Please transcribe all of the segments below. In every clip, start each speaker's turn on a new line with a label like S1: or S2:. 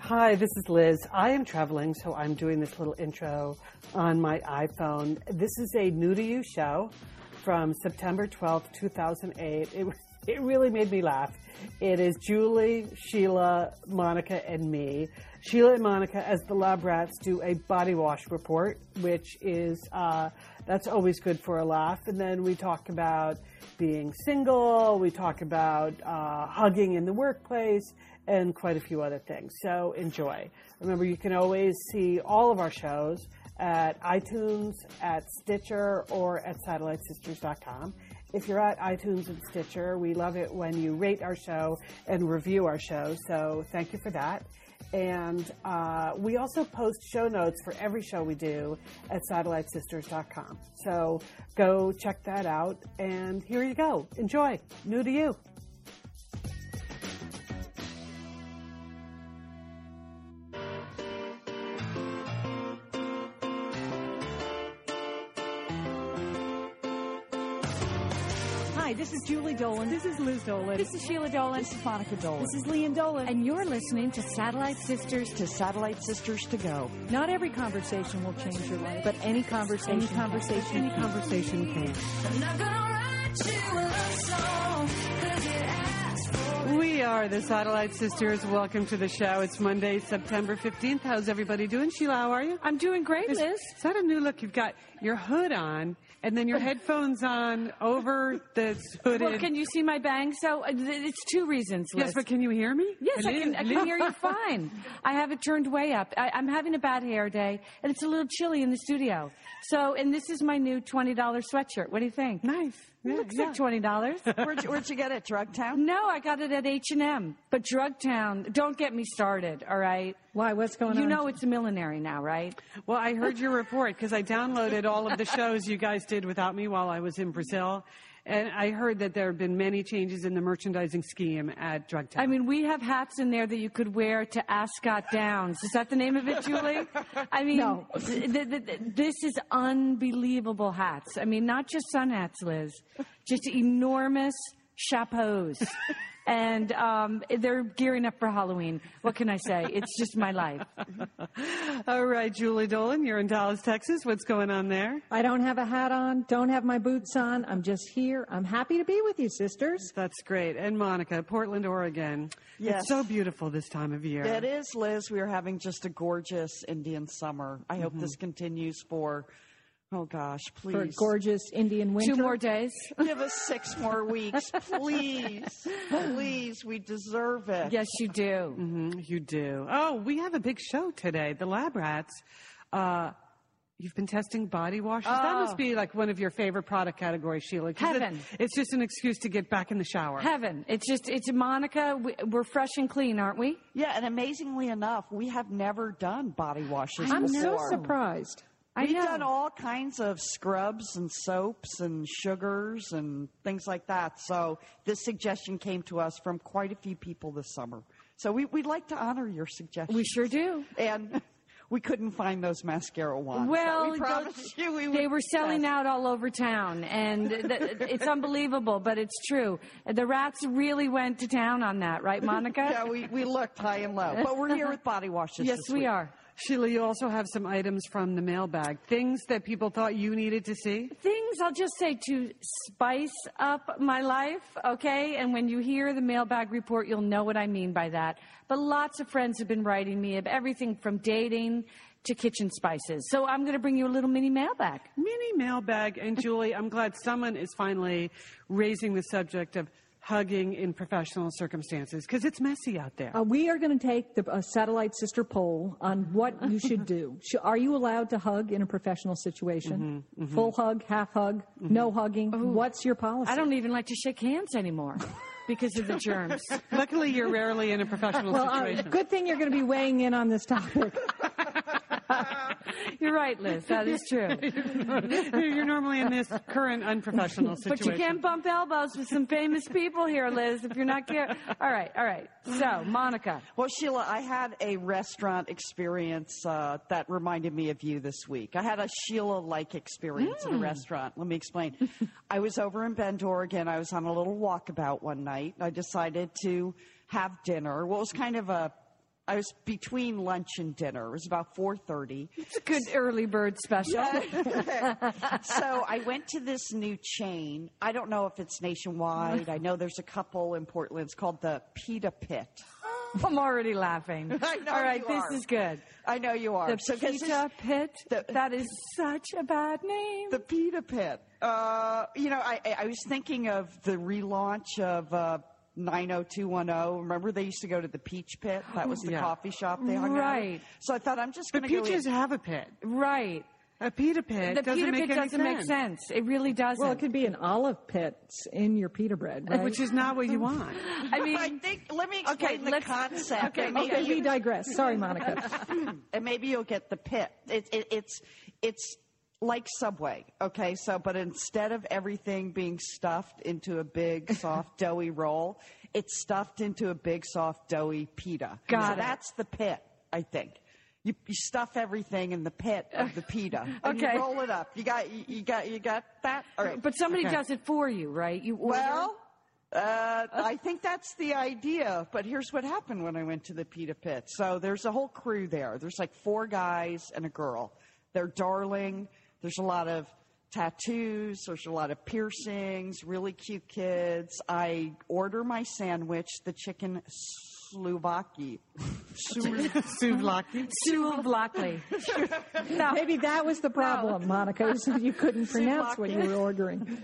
S1: Hi, this is Liz. I am traveling, so I'm doing this little intro on my iPhone. This is a new to you show from September 12th, 2008. It, it really made me laugh. It is Julie, Sheila, Monica, and me. Sheila and Monica, as the lab rats, do a body wash report, which is, uh, that's always good for a laugh. And then we talk about being single, we talk about uh, hugging in the workplace, and quite a few other things. So enjoy. Remember, you can always see all of our shows at iTunes, at Stitcher, or at SatelliteSisters.com. If you're at iTunes and Stitcher, we love it when you rate our show and review our show. So thank you for that. And uh, we also post show notes for every show we do at SatelliteSisters.com. So go check that out. And here you go. Enjoy. New to you.
S2: Hi, this is Julie Dolan.
S3: This is Liz Dolan.
S2: This is Sheila Dolan.
S3: This is Monica Dolan.
S2: This is Leon Dolan.
S3: And you're listening to
S2: Satellite Sisters to Satellite Sisters to Go.
S3: Not every conversation will change your life,
S2: but any conversation,
S3: any conversation,
S2: any conversation can.
S4: I'm not gonna write you a love song, 'cause you asked for it.
S1: We are the Satellite Sisters. Welcome to the show. It's Monday, September 15th. How's everybody doing? Sheila, how are you?
S3: I'm doing great,
S1: Is,
S3: Liz.
S1: is that a new look? You've got your hood on and then your headphones on over this hooded.
S3: Oh. Well, can you see my bang? So uh, th- it's two reasons, Liz.
S1: yes, but can you hear me?
S3: Yes, I can, I can hear you fine. I have it turned way up. I, I'm having a bad hair day, and it's a little chilly in the studio. So, and this is my new $20 sweatshirt. What do you think?
S1: Nice. Yeah,
S3: Looks
S1: yeah.
S3: like $20.
S2: Where'd you, where'd you get it? Drugtown?
S3: No, I got it at H and M. But Drugtown, don't get me started. All right.
S2: Why? What's going
S3: You
S2: on?
S3: know it's a millinery now, right?
S1: Well, I heard your report because I downloaded all of the shows you guys did without me while I was in Brazil. And I heard that there have been many changes in the merchandising scheme at Drugtown.
S3: I mean, we have hats in there that you could wear to Ascot Downs. Is that the name of it, Julie? I mean,
S2: No.
S3: th- th- th- this is unbelievable hats. I mean, not just sun hats, Liz, just enormous chapeaus. and um, they're gearing up for Halloween. What can I say? It's just my life.
S1: all right, Julie Dolan, you're in Dallas, Texas. What's going on there?
S2: I don't have a hat on. Don't have my boots on. I'm just here. I'm happy to be with you, sisters.
S1: That's great. And Monica, Portland, Oregon.
S5: Yes.
S1: It's so beautiful this time of year.
S5: It is, Liz. We are having just a gorgeous Indian summer. I hope this continues for, oh gosh, please.
S2: Mm-hmm. For a gorgeous Indian winter.
S3: Two more days.
S5: Give us six more weeks, please. Please, we deserve it.
S3: Yes, you do.
S2: Mm-hmm.
S1: Mhm, You do. Oh, we have a big show today. The Lab Rats. Uh, you've been testing body washes. That
S2: Oh.
S1: must be like one of your favorite product categories, Sheila. 'cause it-
S3: Heaven.
S1: it's just an excuse to get back in the shower.
S3: Heaven. It's just, it's Monica. We- We're fresh and clean, aren't we?
S5: Yeah, and amazingly enough, we have never done body washes
S2: I'm so
S5: before.
S2: surprised.
S3: I
S5: We've
S3: know.
S5: done all kinds of scrubs and soaps and sugars and things like that. So this suggestion came to us from quite a few people this summer. So we, we'd like to honor your suggestion.
S3: We sure do.
S5: and we couldn't find those mascara wands.
S3: Well,
S5: that we promised you we would
S3: they were selling
S5: test.
S3: out all over town, and th- it's unbelievable, but it's true. The rats really went to town on that, right, Monica?
S5: Yeah, we, we looked high and low, but we're here with body washes.
S3: yes,
S5: this
S3: we
S5: week.
S3: are.
S1: Sheila, you also have some items from the mailbag, things that people thought you needed to see.
S3: Things I'll just say to spice up my life, okay? And when you hear the mailbag report, you'll know what I mean by that. But lots of friends have been writing me of everything from dating to kitchen spices. So I'm going to bring you a little mini mailbag.
S1: Mini mailbag. And Julie, I'm glad someone is finally raising the subject of hugging in professional circumstances because it's messy out there.
S2: Uh, we are going to take the uh, satellite sister poll on what you should do. Sh- are you allowed to hug in a professional situation?
S3: Mm-hmm,
S2: Full hug, half hug, no hugging. What's your policy?
S3: I don't even like to shake hands anymore because of the germs.
S1: Luckily, you're rarely in a professional
S2: Well, uh,
S1: situation.
S2: good thing you're going to be weighing in on this topic.
S3: You're right, Liz. That is true.
S1: You're normally in this current unprofessional
S3: But you
S1: situation.
S3: can bump elbows with some famous people here, Liz, if you're not care. All right, all right. So, Monica.
S5: Well, Sheila, I had a restaurant experience uh, that reminded me of you this week. I had a Sheila like experience
S3: Hmm.
S5: in a restaurant. Let me explain. I was over in Bend, Oregon. I was on a little walkabout one night. I decided to have dinner. Well, it was kind of a I was between lunch and dinner. It was about four thirty.
S3: It's a good early bird special.
S5: so I went to this new chain. I don't know if it's nationwide. I know there's a couple in Portland. It's called the Pita Pit.
S3: I'm already laughing.
S5: I know
S3: all right,
S5: you
S3: this
S5: are.
S3: is good.
S5: I know you are.
S3: The
S5: So 'cause
S3: pita
S5: this-
S3: pit.
S5: the-
S3: that is such a bad name.
S5: The Pita Pit. Uh, you know, I, I- I was thinking of the relaunch of uh, 90210. oh. Remember, they used to go to the Peach Pit. That was the
S1: Yeah.
S5: coffee shop they hung out.
S3: Right.
S5: at. So I thought I'm just going
S1: But
S5: to go.
S1: peaches
S5: in.
S1: have a pit.
S3: right.
S1: A pita pit
S3: The
S1: doesn't
S3: pita
S1: make
S3: pit
S1: any
S3: doesn't make sense. It really doesn't.
S2: Well, it could be an olive pit in your pita bread, right?
S1: Which is not what you want.
S3: I mean,
S5: I think. Let me
S3: Okay,
S5: explain the
S3: let's-
S5: concept.
S3: okay,
S5: and maybe
S2: okay,
S5: you-
S2: we digress. Sorry, Monica.
S5: and maybe you'll get the pit. It, it, it's it's like Subway, okay? So, but instead of everything being stuffed into a big soft doughy roll, it's stuffed into a big soft doughy pita.
S3: Got
S5: so
S3: it.
S5: that's the pit, I think. You, you stuff everything in the pit of the pita. and
S3: Okay.
S5: you roll it up. You got you, you got you got that. All right.
S3: but somebody does it for you, right? You order.
S5: Well, uh, I think that's the idea. But here's what happened when I went to the pita pit. So there's a whole crew there. There's like four guys and a girl. They're darling. There's a lot of tattoos. There's a lot of piercings. Really cute kids. I order my sandwich, the chicken Slovaki.
S1: Souvlaki.
S3: Sue Blockley. no,
S2: Maybe that was the problem, Monica. is You couldn't pronounce what you were ordering.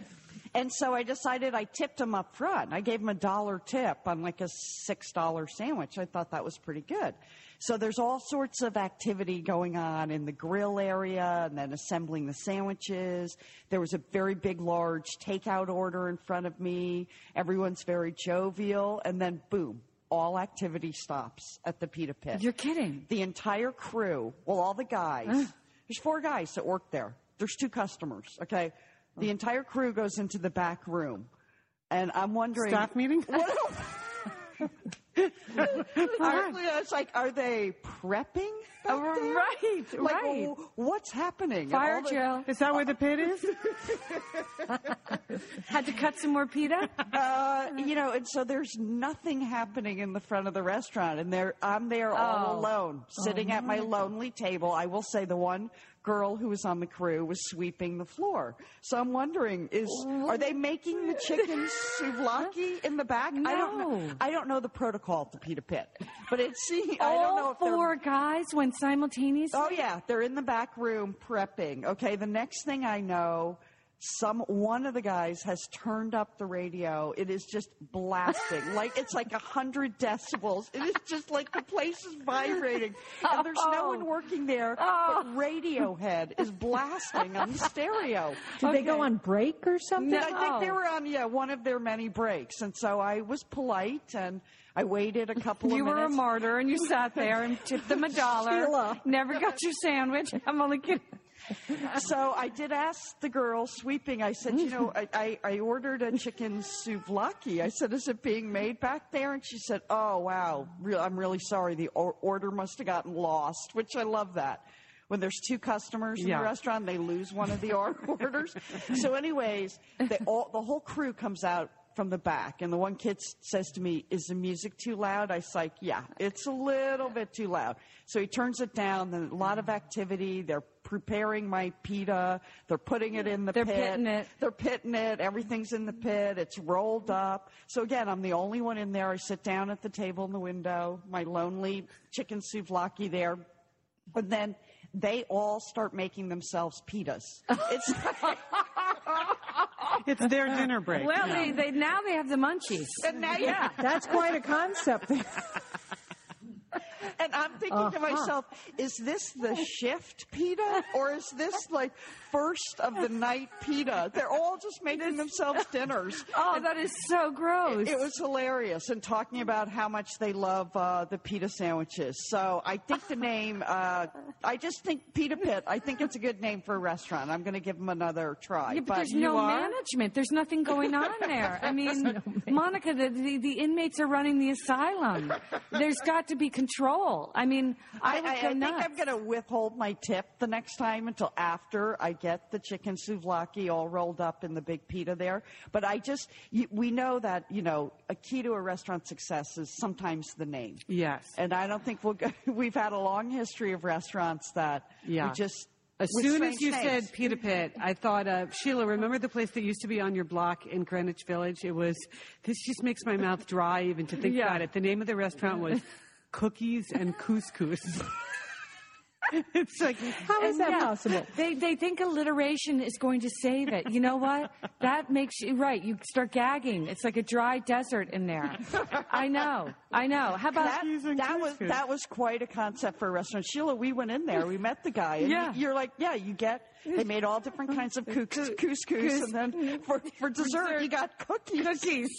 S5: And so I decided I tipped him up front. I gave him a dollar tip on like a six dollar sandwich. I thought that was pretty good. So there's all sorts of activity going on in the grill area and then assembling the sandwiches. There was a very big, large takeout order in front of me. Everyone's very jovial. And then boom, all activity stops at the pita pit.
S3: You're kidding.
S5: The entire crew, well, all the guys,
S3: Mm.
S5: there's four guys that work there. There's two customers, okay? The entire crew goes into the back room. And I'm wondering.
S1: Staff meeting?
S5: Honestly, I was like, are they prepping? back there?
S3: Oh, Right,
S5: Like,
S3: right.
S5: w- what's happening? And
S3: fire
S5: all the-
S3: drill.
S1: Is that where the pit is?
S3: Had to cut some more pita.
S5: Uh, you know, and so there's nothing happening in the front of the restaurant, and there I'm there all
S3: Oh.
S5: alone, sitting at my lonely table. I will say the one girl who was on the crew was sweeping the floor, so I'm wondering is are they making the chicken souvlaki in the back? I don't know.
S3: No.
S5: I don't know the protocol to Pita Pit, but it seems I don't know
S3: All
S5: if they're
S3: four guys went simultaneously.
S5: Oh yeah, they're in the back room prepping. Okay, the next thing I know, some one of the guys has turned up the radio. It is just blasting. like it's like a hundred decibels. It is just like the place is vibrating. And there's
S3: Oh.
S5: no one working there, but Radiohead is blasting on the stereo.
S2: Did
S3: Oh,
S2: they go on break or something?
S5: And I think they were on yeah one of their many breaks, and so I was polite and I waited a couple
S3: You
S5: of
S3: were
S5: minutes.
S3: a martyr and you sat there and tipped them a dollar.
S5: Sheila.
S3: Never got your sandwich. I'm only kidding.
S5: So I did ask the girl sweeping. I said, you know, I, I, I ordered a chicken souvlaki. I said, is it being made back there? And she said, oh, wow. Real, I'm really sorry. The or- order must have gotten lost, which I love that. When there's two customers in
S1: Yeah.
S5: the restaurant, they lose one of the or- orders. So, anyways, they all, the whole crew comes out from the back, and the one kid s- says to me, "Is the music too loud?" I was like, "Yeah, it's a little bit too loud." So he turns it down. Then a lot of activity. They're preparing my pita. They're putting it in the
S3: They're
S5: pit.
S3: pitting it.
S5: They're pitting it. Everything's in the pit. It's rolled up. So again, I'm the only one in there. I sit down at the table in the window. My lonely chicken souvlaki there. And then they all start making themselves pitas. It's
S1: It's their dinner break.
S3: Well, they, they now they have the munchies.
S5: and now yeah.
S2: That's quite a concept.
S5: And I'm thinking thinking
S3: Uh-huh.
S5: to myself, is this the shift pita or is this like first of the night pita? They're all just making themselves dinners.
S3: Oh, that is so gross.
S5: It was hilarious and talking about how much they love uh, the pita sandwiches. So I think the name, uh, I just think Pita Pit, I think it's a good name for a restaurant. I'm going to give them another try.
S3: Yeah, but, there's no management. There's nothing going on there. I mean, Monica, the, the, the inmates are running the asylum. There's got to be control. I mean, I,
S5: I,
S3: would
S5: I, I
S3: go
S5: think
S3: nuts.
S5: I'm going to withhold my tip the next time until after I get the chicken souvlaki all rolled up in the big pita there. But I just, you, we know that, you know, a key to a restaurant success is sometimes the name.
S1: Yes.
S5: And I don't think we'll go, we've had a long history of restaurants that
S1: Yeah.
S5: we just.
S1: As
S5: with
S1: soon as
S5: strange
S1: you
S5: names.
S1: said Pita Pit, I thought uh, Sheila. Remember the place that used to be on your block in Greenwich Village? It was. This just makes my mouth dry even to think
S3: Yeah.
S1: about it. The name of the restaurant was Cookies and Couscous. it's like
S2: How is that
S3: Yeah.
S2: possible?
S3: They they think alliteration is going to save it. You know what? That makes you right. You start gagging. It's like a dry desert in there. I know. I know. How about
S5: that,
S1: Cookies and
S5: that was
S1: couscous.
S5: that was quite a concept for a restaurant. Sheila, we went in there, we met the guy, and
S3: Yeah.
S5: you, you're like, yeah, you get. They made all different kinds of cous- couscous, and then for, for dessert you got cookies. Cookies.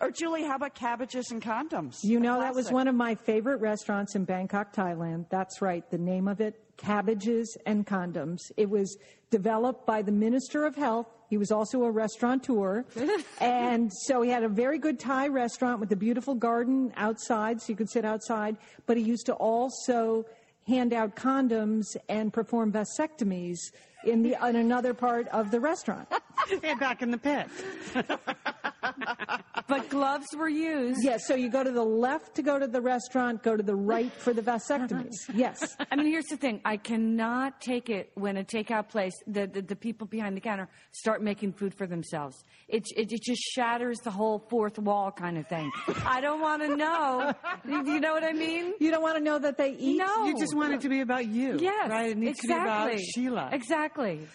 S5: Or Julie, how about cabbages and condoms?
S2: You know, that was
S5: Classic.
S2: one of my favorite restaurants in Bangkok, Thailand. That's right, the name of it, Cabbages and Condoms. It was developed by the Minister of Health. He was also a restaurateur. and so he had a very good Thai restaurant with a beautiful garden outside, so you could sit outside. But he used to also hand out condoms and perform vasectomies in the in another part of the restaurant.
S1: Stay back in the pit.
S3: but gloves were used?
S2: Yes, so you go to the left to go to the restaurant, go to the right for the vasectomies. Yes.
S3: I mean, here's the thing. I cannot take it when a takeout place, the, the, the people behind the counter start making food for themselves. It, it, it just shatters the whole fourth wall kind of thing. I don't want to know. You know what I mean?
S2: You don't want to know that they eat.
S3: No.
S1: You just want it to be about you.
S3: Yes.
S1: Right? It needs to
S3: exactly.
S1: be about Sheila.
S3: Exactly.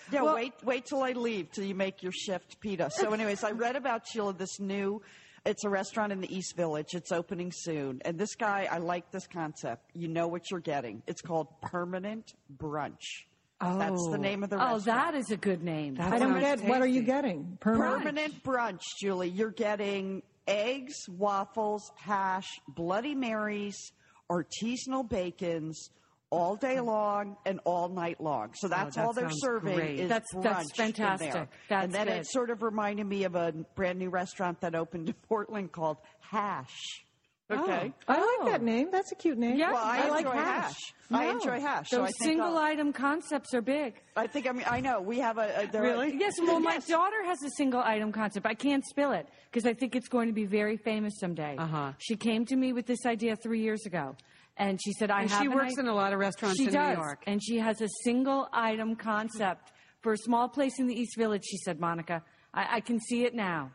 S5: Yeah, wait, wait till I leave till you make your shift, Peta. So, anyways, I read about Sheila. This new, it's a restaurant in the East Village. It's opening soon, and this guy, I like this concept. You know what you're getting. It's called Permanent Brunch. that's the name of the
S3: Oh,
S5: restaurant.
S3: that is a good name.
S1: That's
S2: I don't
S1: Sounds
S2: get what are you
S1: tasty.
S2: getting? Permanent.
S5: Permanent brunch, Julie. You're getting eggs, waffles, hash, Bloody Marys, artisanal bacons all day long and all night long.
S3: Oh,
S5: So that's
S1: that
S5: all they're
S1: sounds
S5: serving
S1: great.
S5: is
S3: That's-
S5: brunch.
S3: that's
S5: in there.
S3: fantastic. That's
S5: and then
S3: good.
S5: it sort of reminded me of a brand new restaurant that opened in Portland called Hash. Oh. Okay.
S2: I like that name. That's a cute name.
S3: Yeah.
S5: Well, I,
S3: I like
S5: enjoy hash. I
S2: No.
S5: enjoy hash. so I
S3: Those
S5: think
S3: single
S5: I'll-
S3: item concepts are big.
S5: I think I mean I know we have a, a there are-
S1: Really?
S3: Yes, well, my daughter has a single item concept. I can't spill it because I think it's going to be very famous someday.
S1: Uh-huh.
S3: She came to me with this idea three years ago, and she said, "I
S1: And
S3: have."
S1: she
S3: an
S1: works
S3: idea."
S1: in a lot of restaurants
S3: She
S1: in New
S3: does,
S1: York.
S3: and she has a single item concept for a small place in the East Village. She said, "Monica, I, I can see it now."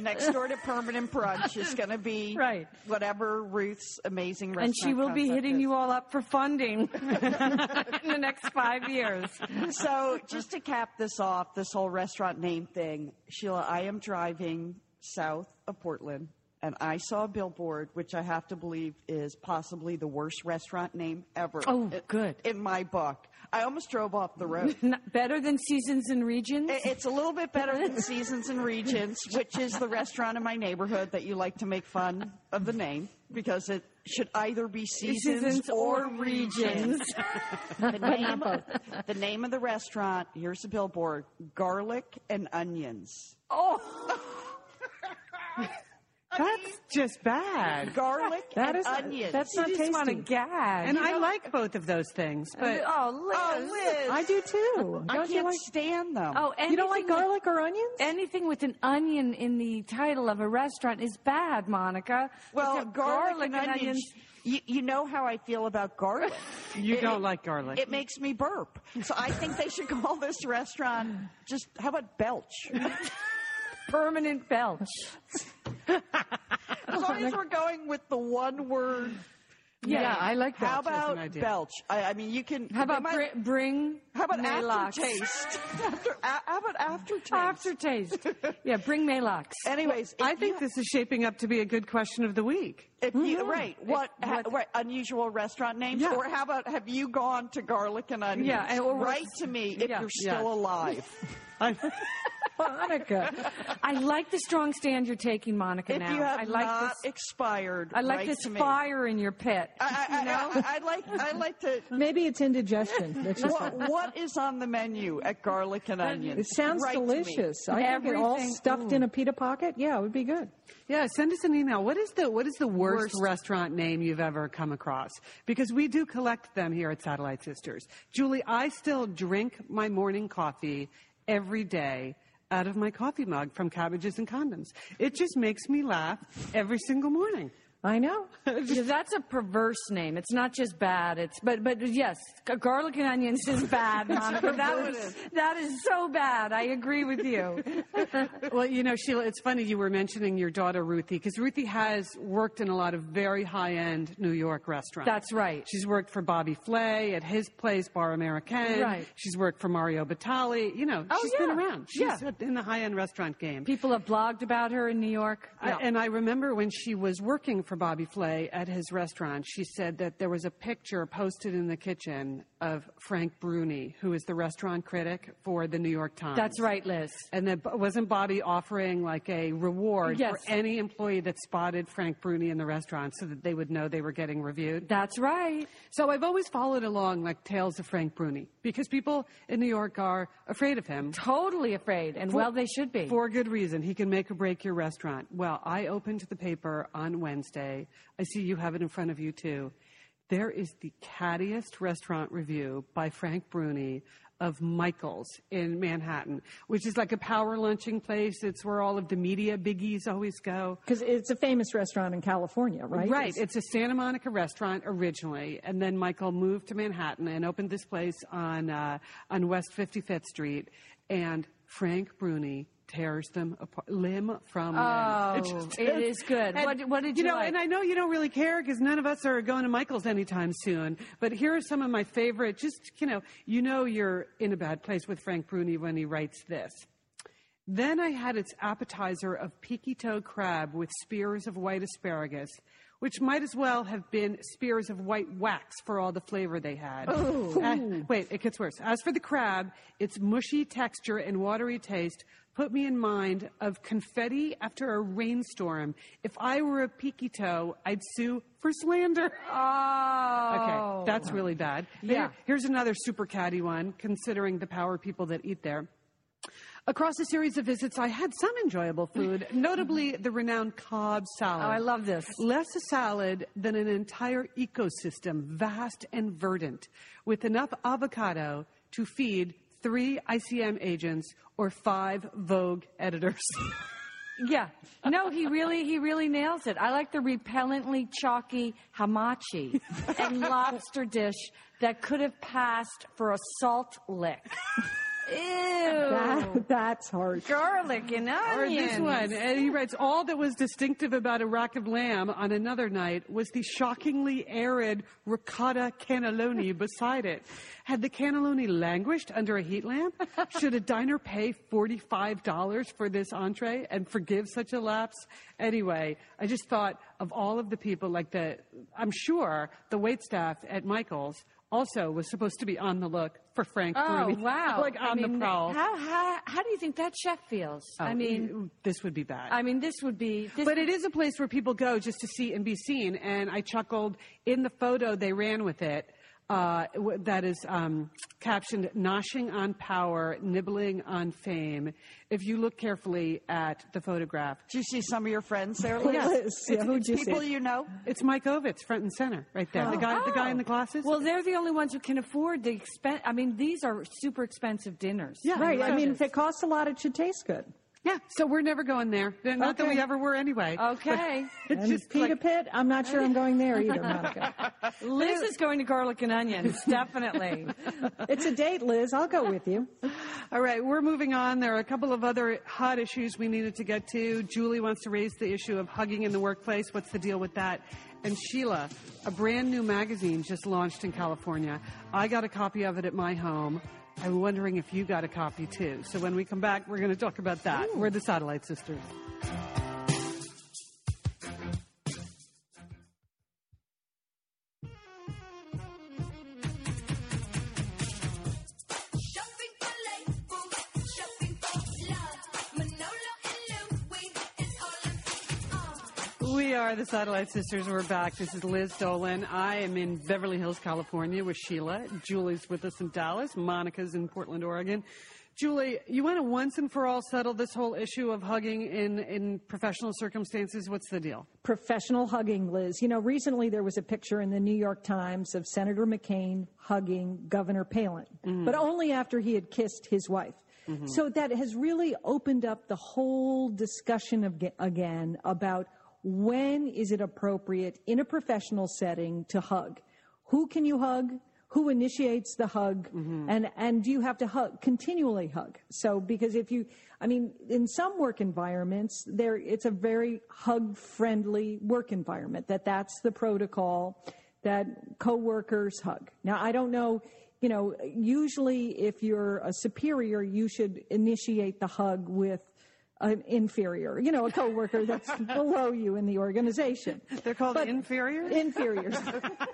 S5: next door to permanent brunch is going to be
S3: Right.
S5: whatever Ruth's amazing restaurant.
S3: And she will be
S5: concept
S3: hitting
S5: is.
S3: you all up for funding in the next five years.
S5: So just to cap this off, this whole restaurant name thing, Sheila, I am driving south of Portland. And I saw a billboard, which I have to believe is possibly the worst restaurant name ever.
S3: Oh,
S5: in-
S3: good.
S5: In my book, I almost drove off the road.
S3: N- Better than seasons and regions.
S1: Eh,
S5: It- It's a little bit better than Seasons and Regents, which is the restaurant in my neighborhood that you like to make fun of the name because it should either be Seasons,
S3: Seasons
S5: or
S3: or
S5: Regions.
S3: Regions.
S5: the, name of, the name of the restaurant, here's the billboard Garlic and Onions.
S1: That's just bad.
S5: Garlic
S2: That
S5: and
S2: is-
S5: Onions.
S2: that's not
S3: I just want to
S2: tasty.
S3: gag.
S1: And I like both of those things, but
S3: oh, Liz.
S5: Oh, Liz.
S2: I do too.
S5: I
S2: Don't you
S5: can't
S2: like?
S5: stand them.
S3: Oh, anything
S2: You don't like
S3: with-
S2: garlic or onions?
S3: anything with an onion in the title of a restaurant is bad, Monica. Let's
S5: well,
S3: have
S5: garlic, and onions. You, you know how I feel about garlic.
S1: you
S5: It-
S1: don't like garlic.
S5: It makes me burp. So I think they should call this restaurant just how about belch?
S3: Permanent belch.
S5: As long as we're going with the one word
S3: Yeah,
S5: Yeah,
S3: I
S1: like
S5: How
S1: belch as an
S5: about
S1: idea.
S5: belch? I, I mean, you can.
S3: How about
S5: they might-
S3: br- bring?
S5: how about
S3: Maylocks?
S5: aftertaste? After, a- how about aftertaste?
S3: Aftertaste. yeah, bring Maylocks.
S5: Anyways, if
S1: I think
S5: you-
S1: this is shaping up to be a good question of the week.
S5: If you,
S3: Mm-hmm.
S5: Right. What, ha, right, unusual restaurant names?
S1: Yeah.
S5: Or how about have you gone to Garlic and Onions?
S3: Yeah, and- or
S5: Write
S3: what's-
S5: to me if
S3: yeah,
S5: you're
S1: yeah.
S5: still alive.
S2: Monica.
S3: I like the strong stand you're taking, Monica.
S5: if
S3: now
S5: you have
S3: I like
S5: not
S3: this.
S5: expired,
S3: I like
S5: write
S3: this
S5: to me.
S3: fire in your pit.
S5: I, I, I, I, I'd like. I like to.
S2: Maybe it's indigestion. That's just-
S5: What, what is on the menu at Garlic and Onions?
S2: it sounds
S5: Write to me.
S2: delicious. I think it all
S3: Everything-
S2: stuffed in a pita pocket. Yeah, it would be good.
S1: Yeah, send us an email. What is the what is the worst, restaurant name you've ever come across? Because we do collect them here at Satellite Sisters. Julie, I still drink my morning coffee every day out of my coffee mug from Cabbages and Condoms. It just makes me laugh every single morning.
S2: I know.
S3: Yeah, that's a perverse name. It's not just bad. It's but but yes, g- garlic and onions is bad, Monica. that was that is so bad. I agree with you.
S1: Well, you know, Sheila, it's funny you were mentioning your daughter Ruthie because Ruthie has worked in a lot of very high-end New York restaurants.
S3: That's right.
S1: She's worked for Bobby Flay at his place, Bar American.
S3: Right.
S1: She's worked for Mario Batali. You know, she's
S3: Oh, yeah.
S1: been around. She's
S3: Yeah.
S1: in the high-end restaurant game.
S3: People have blogged about her in New York.
S1: I- and I remember when she was working for Bobby Flay at his restaurant, she said that there was a picture posted in the kitchen of Frank Bruni, who is the restaurant critic for the New York Times.
S3: That's right, Liz.
S1: And that wasn't Bobby offering like a reward
S3: Yes.
S1: for any employee that spotted Frank Bruni in the restaurant so that they would know they were getting reviewed.
S3: That's right.
S1: So I've always followed along like tales of Frank Bruni because people in New York are afraid of him.
S3: Totally afraid, and well, they should be.
S1: For good reason. He can make or break your restaurant. Well, I opened the paper on Wednesday. I see you have it in front of you too. There is the cattiest restaurant review by Frank Bruni of Michael's in Manhattan, which is like a power lunching place. It's where all of the media biggies always go.
S2: Because it's a famous restaurant in California, right?
S1: Right. It's a Santa Monica restaurant originally, and then Michael moved to Manhattan and opened this place on uh, on West 55th Street. And Frank Bruni tears them apart, limb from limb. It's just-
S3: Oh, it is good.
S1: And,
S3: What- what did you
S1: know?
S3: like?
S1: And I know you don't really care because none of us are going to Michael's anytime soon. But here are some of my favorite. Just you know, you know you're in a bad place with Frank Bruni when he writes this. Then I had its appetizer of peaky toe crab with spears of white asparagus, which might as well have been spears of white wax for all the flavor they had.
S3: Oh.
S1: Uh, wait, it gets worse. As for the crab, its mushy texture and watery taste put me in mind of confetti after a rainstorm. If I were a peaky toe, I'd sue for slander.
S3: oh,
S1: Okay, that's really bad.
S3: Yeah.
S1: Here's another super catty one, considering the power people that eat there. Across a series of visits, I had some enjoyable food, notably the renowned Cobb salad.
S3: Oh, I love this.
S1: Less a salad than an entire ecosystem, vast and verdant, with enough avocado to feed three ICM agents or five Vogue editors.
S3: yeah. No, he really he really nails it. I like the repellently chalky hamachi and lobster dish that could have passed for a salt lick. Ew. Oh.
S2: That, that's harsh.
S3: Garlic and
S1: Or
S3: onions.
S1: this one, and he writes, all that was distinctive about a rack of lamb on another night was the shockingly arid ricotta cannelloni beside it. Had the cannelloni languished under a heat lamp? Should a diner pay $45 for this entree and forgive such a lapse? Anyway, I just thought of all of the people, like the, I'm sure the wait staff at Michael's also was supposed to be on the look for Frank
S3: Oh
S1: Bruni.
S3: wow!
S1: like on
S3: I mean,
S1: the prowl.
S3: How, how how do you think that chef feels? I mean,
S1: this would be bad.
S3: I mean, this would be. This
S1: But it is a place where people go just to see and be seen. And I chuckled in the photo they ran with it. Uh, w- that is um, captioned "Noshing on Power, Nibbling on Fame." If you look carefully at the photograph,
S5: Do you see some of your friends there, Liz?
S2: Yes. Yeah,
S5: It's,
S2: who'd
S5: it's
S2: you
S5: people
S2: see?
S5: you know.
S1: it's Mike Ovitz front and center, right there. The guy, the guy in the glasses.
S3: Oh. Well, they're the only ones who can afford the expen I mean, these are super expensive dinners.
S1: Yeah.
S2: Right. I mean,
S3: Yes.
S2: if it costs a lot, it should taste good.
S1: Yeah, so we're never going there. Not that we
S2: Okay.
S1: ever were anyway.
S3: Okay.
S1: It's
S2: And
S1: just
S2: Peter
S1: like-
S2: Pitt, I'm not sure I'm going there either, Monica.
S3: Liz is going to garlic and onions, definitely.
S2: It's a date, Liz. I'll go with you.
S1: All right, we're moving on. There are a couple of other hot issues we needed to get to. Julie wants to raise the issue of hugging in the workplace. What's the deal with that? And Sheila, a brand new magazine just launched in California. I got a copy of it at my home. I'm wondering if you got a copy too. So when we come back, we're going to talk about that. We're the Satellite Sisters.
S4: Shopping for label, shopping for love. Manolo and Louis, it's all I'm thinking of.
S1: We are the Satellite Sisters. We're back. This is Liz Dolan. I am in Beverly Hills, California with Sheila. Julie's with us in Dallas. Monica's in Portland, Oregon. Julie, you want to once and for all settle this whole issue of hugging in, in professional circumstances? What's the deal?
S2: Professional hugging, Liz. You know, recently there was a picture in the New York Times of Senator McCain hugging Governor Palin,
S1: Mm.
S2: but only after he had kissed his wife.
S1: Mm-hmm.
S2: So that has really opened up the whole discussion of, again about when is it appropriate in a professional setting to hug? Who can you hug? Who initiates the hug? And and do you have to hug continually hug? So because if you I mean in some work environments there it's a very hug friendly work environment that that's the protocol that coworkers hug. Now I don't know you know usually if you're a superior you should initiate the hug with an inferior, you know, a coworker that's below you in the organization.
S1: They're called
S2: But-
S1: inferiors?
S2: Inferiors.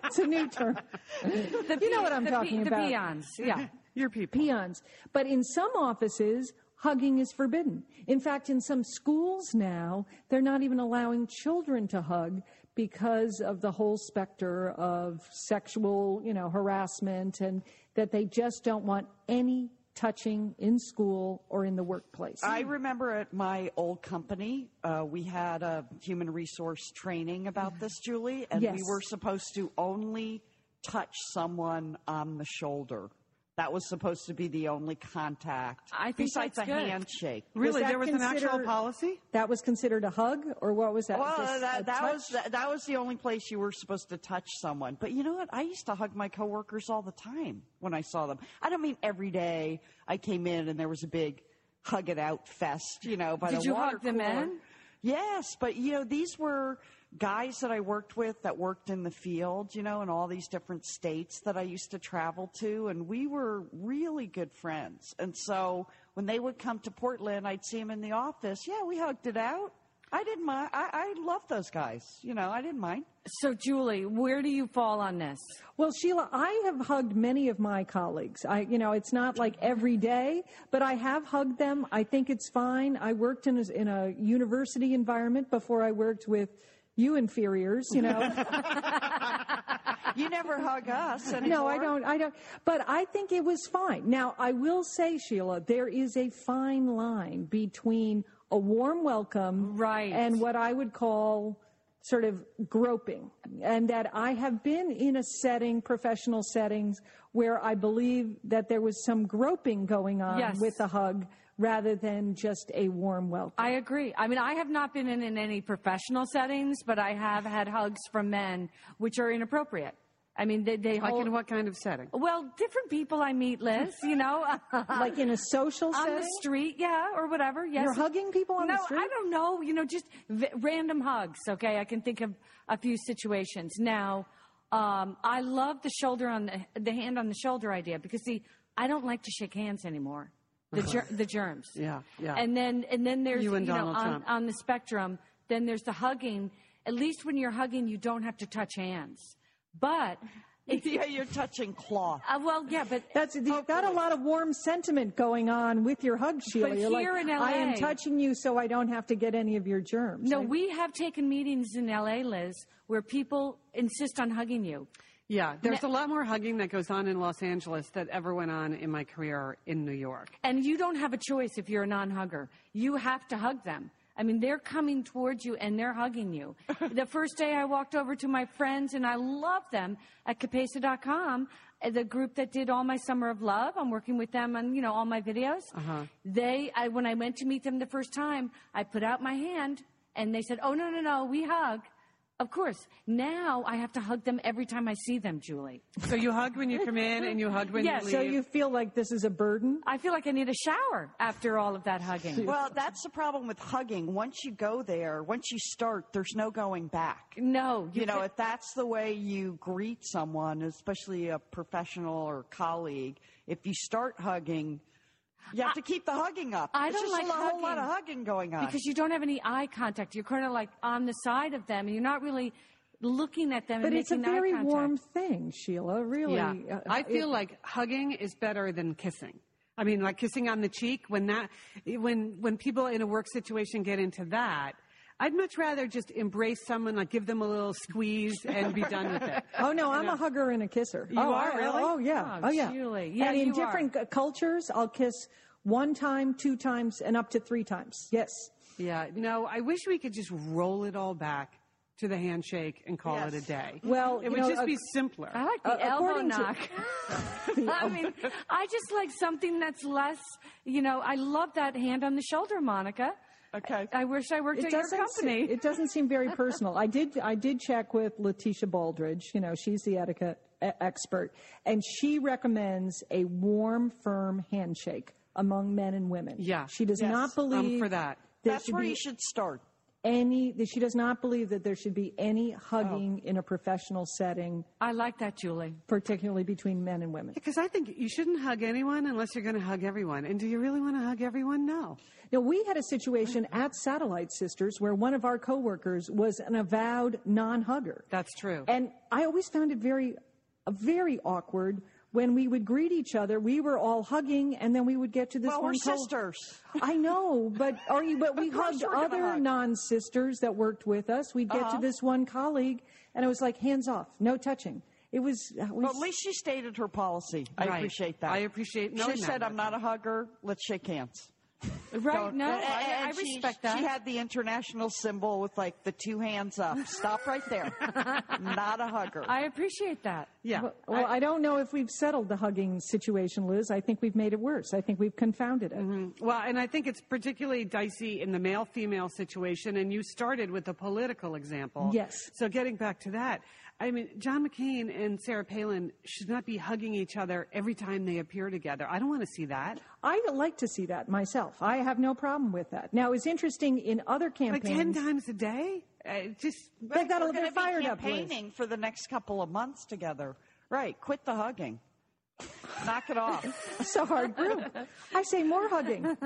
S2: it's a new term. you know what I'm
S3: the pe-
S2: talking
S3: the
S2: about.
S3: peons,
S2: Yeah.
S1: Your people.
S2: Peons. But in some offices, hugging is forbidden. In fact, in some schools now, they're not even allowing children to hug because of the whole specter of sexual, you know, harassment and that they just don't want any touching in school or in the workplace.
S5: I remember at my old company, uh, we had a human resource training about this, Julie, and
S2: Yes.
S5: we were supposed to only touch someone on the shoulder. That was supposed to be the only contact.
S3: I think
S5: besides
S3: that's
S5: a
S3: good.
S5: handshake.
S1: Really?
S2: that
S1: there was an actual
S2: considered-
S1: policy?
S2: That was considered a hug, or what was that?
S5: Well,
S2: Just a
S5: that, that
S2: touch?
S5: was that, that was the only place you were supposed to touch someone. But you know what? I used to hug my coworkers all the time when I saw them. I don't mean every day. I came in and there was a big hug it out fest. You know, by
S3: Did
S5: the
S3: you
S5: water
S3: hug them
S5: cooler.
S3: in?
S5: Yes, but you know these were guys that I worked with that worked in the field. You know, in all these different states that I used to travel to, and we were really good friends. And so when they would come to Portland, I'd see them in the office. Yeah, we hugged it out. I didn't mind. I, I love those guys. You know, I didn't mind.
S3: So, Julie, where do you fall on this?
S2: Well, Sheila, I have hugged many of my colleagues. I, you know, it's not like every day, but I have hugged them. I think it's fine. I worked in a, in a university environment before I worked with you inferiors, you know.
S5: You never hug us. Anymore.
S2: no, I don't. I don't. But I think it was fine. Now, I will say, Sheila, there is a fine line between a warm welcome
S3: Right.
S2: and what I would call sort of groping. And that I have been in a setting, professional settings, where I believe that there was some groping going on
S3: Yes.
S2: with the hug rather than just a warm welcome.
S3: I agree. I mean, I have not been in, in any professional settings, but I have had hugs from men, which are inappropriate. I mean, they, they
S1: Like
S3: hold.
S1: in what kind of setting?
S3: well, different people I meet, Liz, you know,
S2: like in a social
S3: on
S2: setting?
S3: the street, yeah, or whatever. Yes,
S2: You're hugging people on
S3: no,
S2: the street?
S3: I don't know. You know, just v- random hugs. Okay, I can think of a few situations now. Um, I love the shoulder on the, the hand on the shoulder idea because see, I don't like to shake hands anymore. The ger- the germs.
S1: Yeah, yeah.
S3: And then and then there's
S1: You
S3: you,
S1: and
S3: know
S1: Donald
S3: on,
S1: Trump.
S3: on the spectrum. Then there's the hugging. At least when you're hugging, you don't have to touch hands. But it's
S5: Yeah, you're touching cloth.
S3: uh, well, yeah, but
S2: That's you've got a lot of warm sentiment going on with your hug, Sheila.
S3: But
S2: You're like,
S3: here in LA
S2: I am touching you so I don't have to get any of your germs.
S3: no, we have taken meetings in L.A., Liz, where people insist on hugging you.
S1: Yeah, there's a lot more hugging that goes on in Los Angeles that ever went on in my career in New York.
S3: And you don't have a choice if you're a non hugger. You have to hug them. I mean, they're coming towards you and they're hugging you. the first day I walked over to my friends and I love them at Capesa.com, uh, the group that did all my summer of love. I'm working with them on, you know, all my videos. They, I, when I went to meet them the first time, I put out my hand and they said, Oh, no, no, no, we hug. Of course. Now I have to hug them every time I see them, Julie.
S1: So you hug when you come in and you hug when
S3: Yes,
S1: you leave.
S3: so
S2: So you feel like this is a burden?
S3: I feel like I need a shower after all of that hugging.
S5: Well, that's the problem with hugging. Once you go there, once you start, there's no going back.
S3: no,
S5: You know, if that's the way you greet someone, especially a professional or colleague, if you start hugging, you have to keep the hugging up.
S3: I
S5: It's
S3: don't like
S5: just a whole lot of
S3: hugging
S5: hugging going on.
S3: because you don't have any eye contact. You're kind of like on the side of them, and you're not really looking at them.
S2: But
S3: and
S2: it's a
S3: making eye
S2: very
S3: contact.
S2: warm thing, Sheila, really.
S1: Yeah.
S2: Uh,
S1: I feel
S2: it-
S1: like hugging is better than kissing. I mean, like kissing on the cheek when that, when, when people in a work situation get into that, I'd much rather just embrace someone, like give them a little squeeze and be done with it.
S2: Oh no, I'm a hugger and a kisser. You oh,
S1: are,
S2: I-
S1: really?
S2: Oh yeah.
S3: Oh,
S2: Oh, yeah.
S3: Julie. Yeah,
S2: and in
S3: you are.
S2: different c- cultures, I'll kiss one time, two times, and up to three times. Yes.
S1: Yeah. No, I wish we could just roll it all back to the handshake and call it a day.
S2: Well,
S1: it
S2: you
S1: would
S2: know, uh,
S1: just
S2: a-
S1: be simpler.
S3: I like the
S2: Uh,
S3: elbow
S2: according to-
S3: knock. I mean, I just like something that's less. You know, I love that hand on the shoulder, Monica.
S5: Okay.
S3: I, I wish I worked at your
S2: doesn't
S3: company.
S2: se- it doesn't seem very personal. I did I did check with Letitia Baldridge. You know, she's the etiquette e- expert, and she recommends a warm, firm handshake among men and women.
S1: Yeah.
S2: she does not believe
S1: I'm for that.
S2: there
S5: that's
S2: should
S5: where
S2: be
S5: you should start.
S2: any. That she does not believe that there should be any hugging in a professional setting,
S3: I like that, Julie.
S2: particularly between men and women.
S1: Because I think you shouldn't hug anyone unless you're going to hug everyone. And do you really want to hug everyone? No.
S2: Now, we had a situation at Satellite Sisters where one of our coworkers was an avowed non-hugger.
S1: That's true.
S2: And I always found it very, very awkward when we would greet each other. We were all hugging, and then we would get to this
S5: Well,
S2: one.
S5: we're
S2: co-
S5: sisters.
S2: I know, but are you? But we
S5: Of course
S2: hugged
S5: we're gonna
S2: other
S5: hug. Uh-huh.
S2: non-sisters that worked with us. We'd get to this one colleague, and I was like, hands off, no touching. It was. uh, It was
S5: Well, at least she stated her policy. I
S1: Right.
S5: appreciate that.
S1: I appreciate knowing
S5: She
S1: that
S5: said,
S1: about
S5: "I'm not a hugger. Let's shake hands."
S3: Right? No,
S5: And-
S3: I, I
S5: and she-
S3: respect
S5: She
S3: that.
S5: had the international symbol with like the two hands up. Stop right there. not a hugger.
S3: I appreciate that.
S1: yeah.
S2: well, I, don't know if we've settled the hugging situation, Liz. I think we've made it worse. I think we've confounded it.
S5: Mm-hmm.
S1: Well, and I think it's particularly dicey in the male female situation, and you started with the political example.
S2: Yes.
S1: So getting back to that, I mean, John McCain and Sarah Palin should not be hugging each other every time they appear together. I don't want to see that.
S2: I would like to see that myself. I have no problem with that. Now, it's interesting in other
S1: Like 10
S2: campaigns.
S1: times a day? Uh, just.
S2: They've got
S5: We're
S2: to
S5: gonna be
S2: get fired up. Liz.
S5: campaigning for the next couple of months together. Right. Quit the hugging. Knock it off.
S2: It's a hard group. I say more hugging.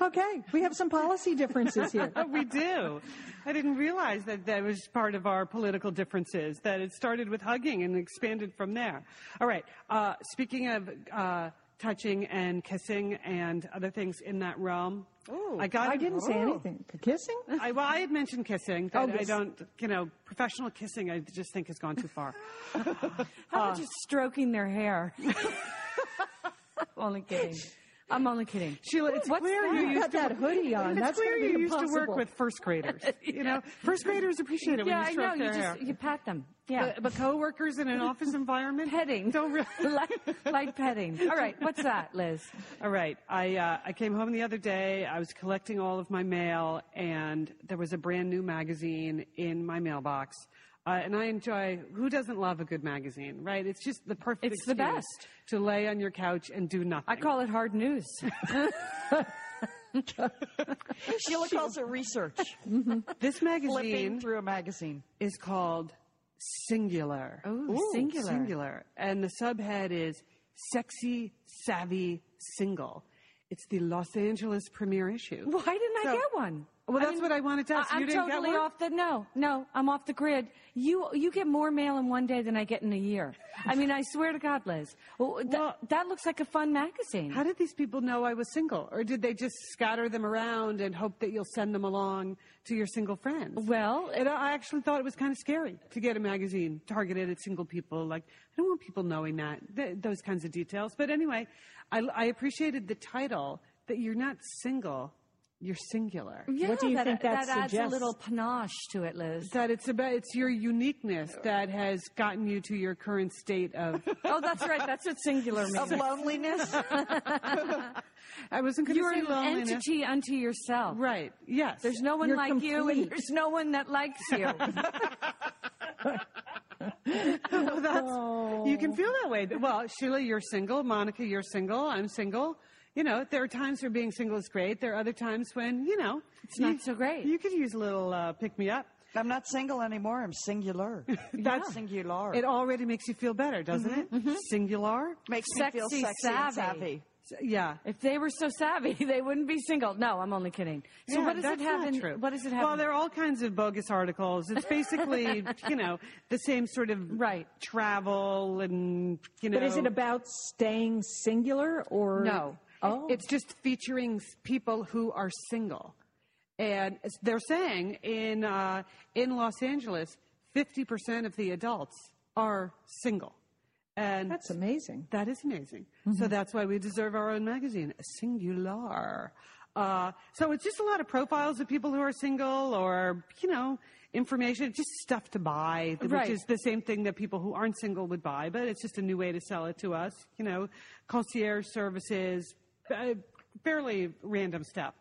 S2: Okay, we have some policy differences here.
S1: we do. I didn't realize that that was part of our political differences, that it started with hugging and expanded from there. All right. Uh, speaking of uh, touching and kissing and other things in that realm, I got.
S2: I didn't say
S1: Ooh.
S2: anything. Kissing?
S1: I, well, I had mentioned kissing. That
S2: Oh,
S1: I
S2: yes.
S1: don't, you know, professional kissing. I just think has gone too far.
S3: How about just stroking their hair? only kidding. I'm only kidding.
S1: Sheila, it's
S3: What's
S1: clear you
S3: that?
S1: used
S2: Got
S1: to
S2: that hoodie on.
S1: It's
S2: Uh, That's
S1: clear
S2: gonna be
S1: you used to work
S2: impossible.
S1: with first graders. You know, first graders appreciate it
S3: yeah,
S1: when
S3: I
S1: you stroke
S3: know. You
S1: their
S3: just
S1: hair.
S3: you pat them. Yeah.
S1: But, but coworkers in an office environment
S3: petting.
S1: don't really.
S3: like, like petting. All right. What's that, Liz?
S1: All right, I uh, I came home the other day. I was collecting all of my mail, and there was a brand new magazine in my mailbox. Uh, and I enjoy. Who doesn't love a good magazine, right? It's just the perfect.
S3: It's the
S1: excuse
S3: best.
S1: to lay on your couch and do nothing.
S3: I call it hard news.
S5: Sheila calls it research.
S1: this
S5: Flipping
S1: magazine
S5: through a magazine.
S1: is called Singular.
S3: Ooh, Singular.
S1: Singular. And the subhead is Sexy, Savvy, Single. It's the Los Angeles premiere issue.
S3: Why didn't
S1: So-
S3: I get one?
S1: Well, that's what I wanted to ask.
S3: I,
S1: You
S3: am
S1: didn't get
S3: totally
S1: one?
S3: off the no, no. I'm off the grid. You you get more mail in one day than I get in a year. I mean, I swear to God, Liz. Well, that,
S1: Well-
S3: that looks like a fun magazine.
S1: How did these people know I was single? Or did they just scatter them around and hope that you'll send them along to your single friends?
S3: well,
S1: And I actually thought it was kind of scary to get a magazine targeted at single people. Like, I don't want people knowing that, th- those kinds of details. But anyway, I, I appreciated the title that you're not single, You're singular.
S3: Yeah,
S2: do you
S3: that,
S2: think that
S3: adds a
S2: suggests?
S3: little panache to it, Liz.
S1: That it's about it's your uniqueness that has gotten you to your current state of.
S3: oh, that's right. That's what singular means.
S5: Of loneliness?
S1: I wasn't going to
S3: You're
S1: say
S3: an
S1: loneliness.
S3: entity unto yourself.
S1: Right. Yes.
S3: There's no one
S2: You're
S3: like you, and
S2: complete.
S3: there's no one that likes you.
S1: Well, that's, You can feel that way. Well, Sheila, you're single. Monica, you're single. I'm single. You know, there are times where being single is great. There are other times when, you know, it's
S3: not so great.
S1: You could use a little uh, pick me up.
S5: I'm not single anymore. I'm singular.
S1: That's-
S5: singular.
S1: It already makes you feel better, doesn't
S3: Mm-hmm,
S1: it? Singular.
S5: makes me feel
S3: Sexy,
S5: sexy
S3: savvy.
S5: and savvy.
S1: S- Yeah.
S3: if they were so savvy, they wouldn't be single. No, I'm only kidding. So
S1: Yeah,
S3: what does it
S1: that's
S3: have?
S1: not
S3: in-
S1: true.
S3: What does it have?
S1: Well,
S3: in-
S1: there are all kinds of bogus articles. It's basically, you know, the same sort of
S3: Right.
S1: travel and you know.
S2: But is it about staying singular or
S1: No.
S2: Oh,
S1: It's just featuring s- people who are single. And s- they're saying in, uh, in Los Angeles, 50% of the adults are single. And
S2: that's amazing.
S1: that is amazing. So that's why we deserve our own magazine, Singular. Uh, so it's just a lot of profiles of people who are single or, you know, information, just stuff to buy, th-
S3: Right.
S1: which is the same thing that people who aren't single would buy, but it's just a new way to sell it to us. You know, concierge services, uh, fairly random stuff.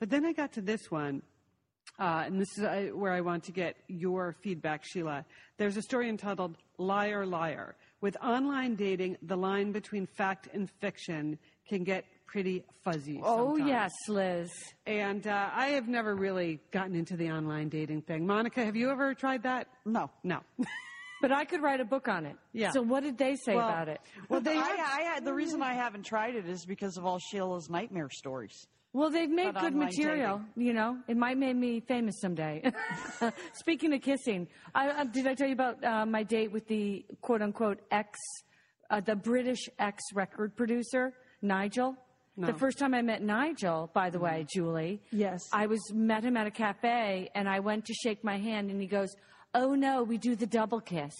S1: But then I got to this one. Uh, and this is uh, where I want to get your feedback, Sheila. There's a story entitled Liar, Liar. With online dating, the line between fact and fiction can get pretty fuzzy.
S3: oh
S1: sometimes.
S3: yes, Liz.
S1: And uh, I have never really gotten into the online dating thing. Monica, have you ever tried that?
S5: No.
S1: No.
S3: But I could write a book on it.
S1: Yeah.
S3: So what did they say
S1: Well,
S3: about it?
S1: Well, they
S5: I,
S1: have-
S5: I, I, the reason I haven't tried it is because of all Sheila's nightmare stories.
S3: Well, they've made
S5: But
S3: good
S5: online
S3: material. You know, it might make me famous someday. Speaking of kissing, I, uh, did I tell you about uh, my date with the quote unquote ex, uh, the British ex record producer, Nigel? The first time I met Nigel, by the way,
S1: Mm-hmm.
S3: Julie.
S2: Yes.
S3: I was met him at a cafe, and I went to shake my hand, and he goes, "Oh no, we do the double kiss."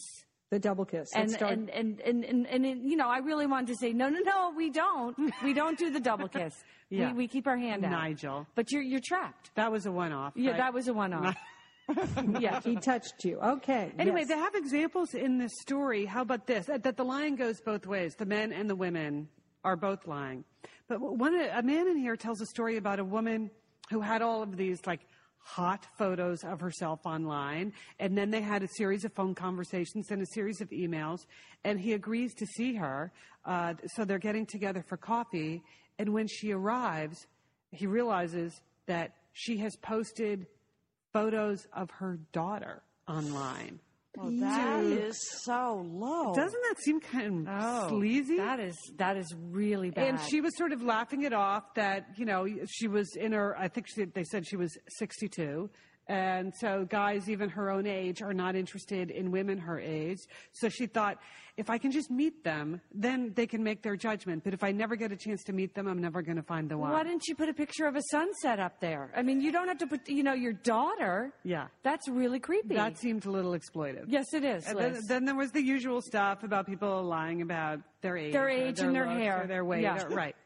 S2: The double kiss.
S3: and,
S2: Let's start-
S3: and, and, and, and, and, and, you know, I really wanted to say, no, no, no, we don't. We don't do the double kiss.
S1: Yeah.
S3: we, we keep our hand out.
S1: Nigel.
S3: But you're, you're trapped.
S1: that was a one off.
S3: Yeah, that was a one off. yeah.
S2: he touched you. Okay.
S1: Anyway,
S2: yes.
S1: they have examples in this story. How about this? Uh, That, that the line goes both ways. The men and the women are both lying. But one, a man in here tells a story about a woman who had all of these like hot photos of herself online, and then they had a series of phone conversations and a series of emails, and he agrees to see her. Uh, so they're getting together for coffee, and when she arrives, he realizes that she has posted photos of her daughter online.
S5: Well, that is so low.
S1: Doesn't that seem kind of sleazy?
S3: That is, that is really bad.
S1: and she was sort of laughing it off that, you know, she was in her, I think she, they said she was 62. And so guys, even her own age, are not interested in women her age. So she thought, if I can just meet them, then they can make their judgment. But if I never get a chance to meet them, I'm never going to find the one.
S3: Why didn't you put a picture of a sunset up there? I mean, you don't have to put, you know, your daughter.
S1: Yeah.
S3: That's really creepy.
S1: that seemed a little exploitive.
S3: yes, it is.
S1: And then,
S3: Liz.
S1: then there was the usual stuff about people lying about their age,
S3: Their
S1: or
S3: age and their
S1: looks
S3: hair.
S1: or their weight,
S3: Yeah.
S1: or- right?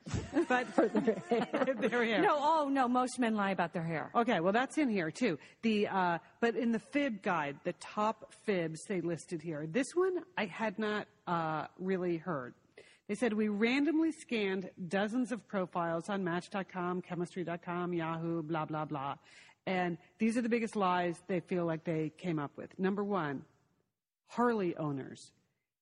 S1: But for their hair,
S3: no, oh, no, most men lie about their hair.
S1: Okay, well that's in here too. The uh, but in the fib guide, the top fibs they listed here. This one I had not uh, really heard. They said we randomly scanned dozens of profiles on Match.com, Chemistry.com, Yahoo, blah blah blah, and these are the biggest lies they feel like they came up with. Number one, Harley owners.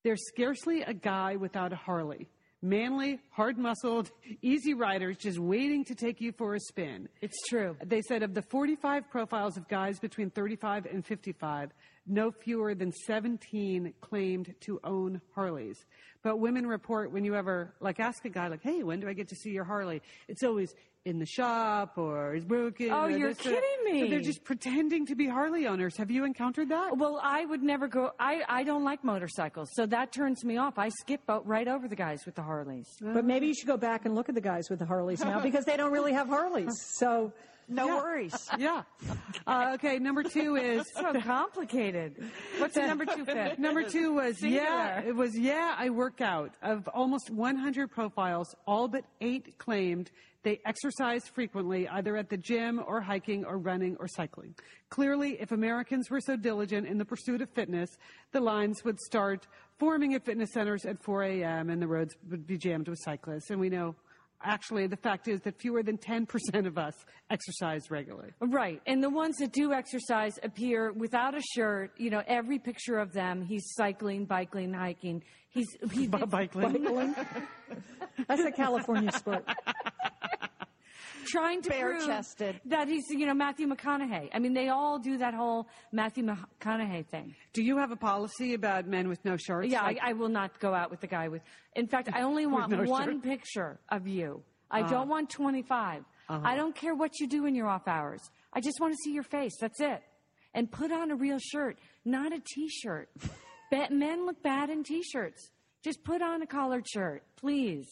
S1: There's scarcely a guy without a Harley. Manly, hard muscled, easy riders just waiting to take you for a spin.
S3: It's true.
S1: They said of the 45 profiles of guys between 35 and 55, no fewer than 17 claimed to own Harleys. But women report when you ever like ask a guy like, "Hey, when do I get to see your Harley?" It's always in the shop or it's broken.
S3: Oh,
S1: or
S3: you're
S1: this or that.
S3: kidding
S1: So they're
S3: me. Oh,
S1: just pretending to be Harley owners. Have you encountered that?
S3: Well, I would never go. I, I don't like motorcycles, so that turns me off. I skip o- right over the guys with the Harleys.
S2: But maybe you should go back and look at the guys with the Harleys now because they don't really have Harleys. So
S5: No worries.
S1: Yeah. Uh, okay. Number two is
S3: So complicated. What's number two fit?
S1: Number two was yeah,
S3: Singular.
S1: it was yeah, I work out. Of almost 100 profiles, all but eight claimed they exercise frequently, either at the gym or hiking or running or cycling. Clearly, if Americans were so diligent in the pursuit of fitness, the lines would start forming at fitness centers at 4 a.m. and the roads would be jammed with cyclists. And we know, actually, the fact is that fewer than 10% of us exercise regularly.
S3: Right. And the ones that do exercise appear without a shirt. You know, every picture of them, he's cycling, biking, hiking. He's he did-
S1: Biking.
S2: That's a California sport.
S3: trying to
S5: Bare-chested.
S3: prove that he's, you know, Matthew McConaughey. I mean, they all do that whole Matthew McConaughey thing.
S1: Do you have a policy about men with no shirts?
S3: Yeah,
S1: Like-
S3: I, I will not go out with the guy with. In fact, I only want
S1: no
S3: one
S1: shirt.
S3: picture of you. I don't want 25. I don't care what you do in your off hours. I just want to see your face. That's it. And put on a real shirt, not a t shirt. men look bad in t shirts. Just put on a collared shirt, please.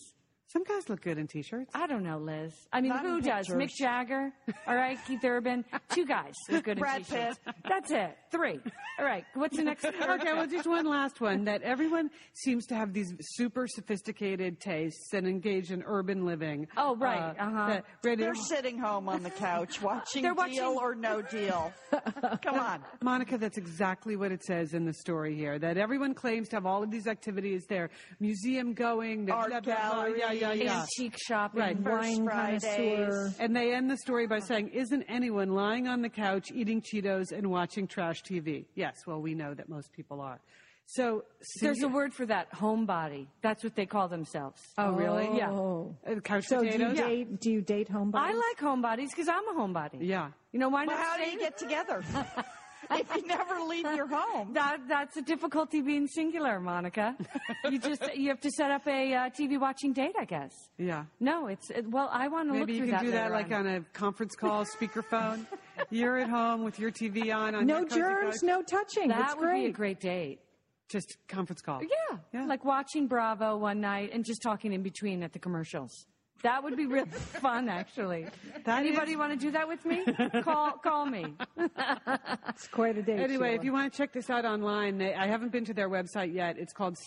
S1: Some guys look good in t-shirts.
S3: I don't know, Liz. I mean,
S5: Not
S3: who
S5: in
S3: does? Mick
S5: pictures.
S3: Jagger, all right, Keith Urban. Two guys look good in
S5: Brad
S3: t-shirts.
S5: Pitt.
S3: That's it. Three. All right. What's the next?
S1: okay, well, just one last one that everyone seems to have these super sophisticated tastes and engage in urban living. Uh,
S3: Oh, right, uh-huh.
S1: that ready-
S5: They're sitting home on the couch watching
S3: They're
S5: Deal
S3: watching-
S5: or No Deal. Come on.
S1: Monica, that's exactly what it says in the story here. That everyone claims to have all of these activities. They're museum going, they're
S5: Art
S1: blah, blah, blah, yeah, yeah,
S5: galleries.
S1: yeah.
S3: antique shopping.
S1: Right.
S2: Wine
S5: Fridays.
S2: connoisseur.
S1: And they end the story by saying, "Isn't anyone lying on the couch eating Cheetos and watching trash TV?" Yes, well, we know that most people are. So
S3: There's a word for that, homebody. That's what they call themselves.
S1: Oh, really? Yeah.
S2: Oh.
S1: Uh, couch
S2: So do you
S1: potatoes.
S2: date? Do you date homebodies?
S3: I like homebodies because I'm a homebody.
S1: Yeah.
S3: You know why
S5: Well,
S3: not?
S5: how do
S3: stay-
S5: you get together? if you never leave your home.
S3: that, that's the difficulty being singular, Monica. you just you have to set up a uh, TV watching date, I guess.
S1: Yeah.
S3: No, it's it, well, I want to look
S1: Maybe
S3: through
S1: you can do that
S3: later
S1: like on. a conference call, speakerphone. You're at home with your TV on. on
S2: no
S1: your cozy
S2: germs,
S1: couch.
S2: no touching.
S3: That
S2: it's
S3: would
S2: great.
S3: be a great date.
S1: Just conference call.
S3: Yeah.
S1: Yeah.
S3: Like watching Bravo one night and just talking in between at the commercials. That would be really fun, actually.
S1: That
S3: Anybody
S1: is-
S3: want to do that with me? call call me.
S2: It's quite a date.
S1: Anyway, if
S2: Sheila.
S1: you want to check this out online, they, I haven't been to their website yet. It's called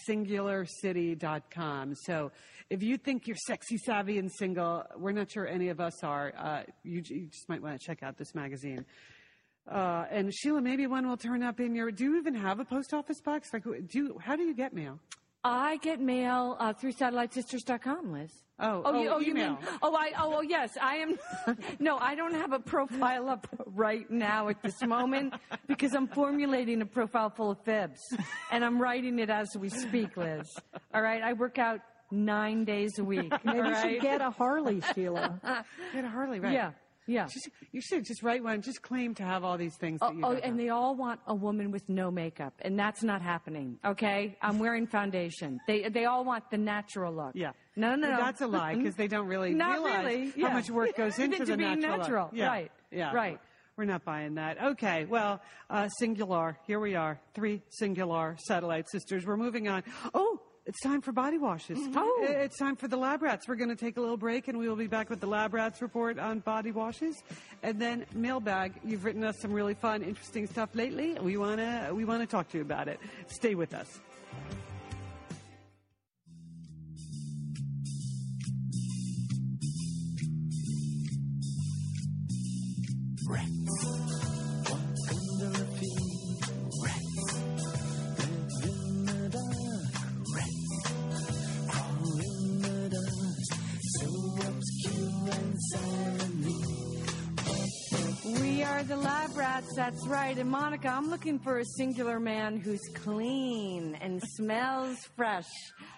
S1: singularcity.com. So if you think you're sexy, savvy, and single, we're not sure any of us are. Uh, you, j- you just might want to check out this magazine. Uh, and Sheila, maybe one will turn up in your. Do you even have a post office box? Like, who- do you, how do you get mail?
S3: I get mail uh, through satellitesisters.com, Liz.
S1: Oh,
S3: oh, you,
S1: oh,
S3: oh, you mean?
S1: email.
S3: Oh, I. Oh, well, yes. I am. no, I don't have a profile up right now at this moment because I'm formulating a profile full of fibs, and I'm writing it as we speak, Liz. All right, I work out nine days a week. all
S2: Maybe you
S3: right?
S2: should get a Harley, Sheila.
S1: Get a Harley, right?
S3: Yeah, yeah.
S1: Just, you should just write one. Just claim to have all these things.
S3: Oh,
S1: that you
S3: oh,
S1: don't
S3: and
S1: have.
S3: they all want a woman with no makeup, and that's not happening. Okay, I'm wearing foundation. They they all want the natural look.
S1: yeah.
S3: No, no,
S1: But
S3: no.
S1: That's a lie because they don't really
S3: Not
S1: realize
S3: really,
S1: how
S3: yeah.
S1: much work goes into
S3: Into
S1: the
S3: being
S1: natural.
S3: natural,
S1: Yeah.
S3: right,
S1: Yeah.
S3: right.
S1: We're not buying that. Okay. Well, uh, singular. Here we are. Three singular satellite sisters. We're moving on. Oh. It's time for body washes.
S3: Oh.
S1: I- It's time for the lab rats. We're going to take a little break and we will be back with the lab rats report on body washes. And then mailbag. You've written us some really fun, interesting stuff lately. We want to we want to talk to you about it. Stay with us.
S3: We are the lab rats, that's right. And Monica, I'm looking for a singular man who's clean and smells fresh,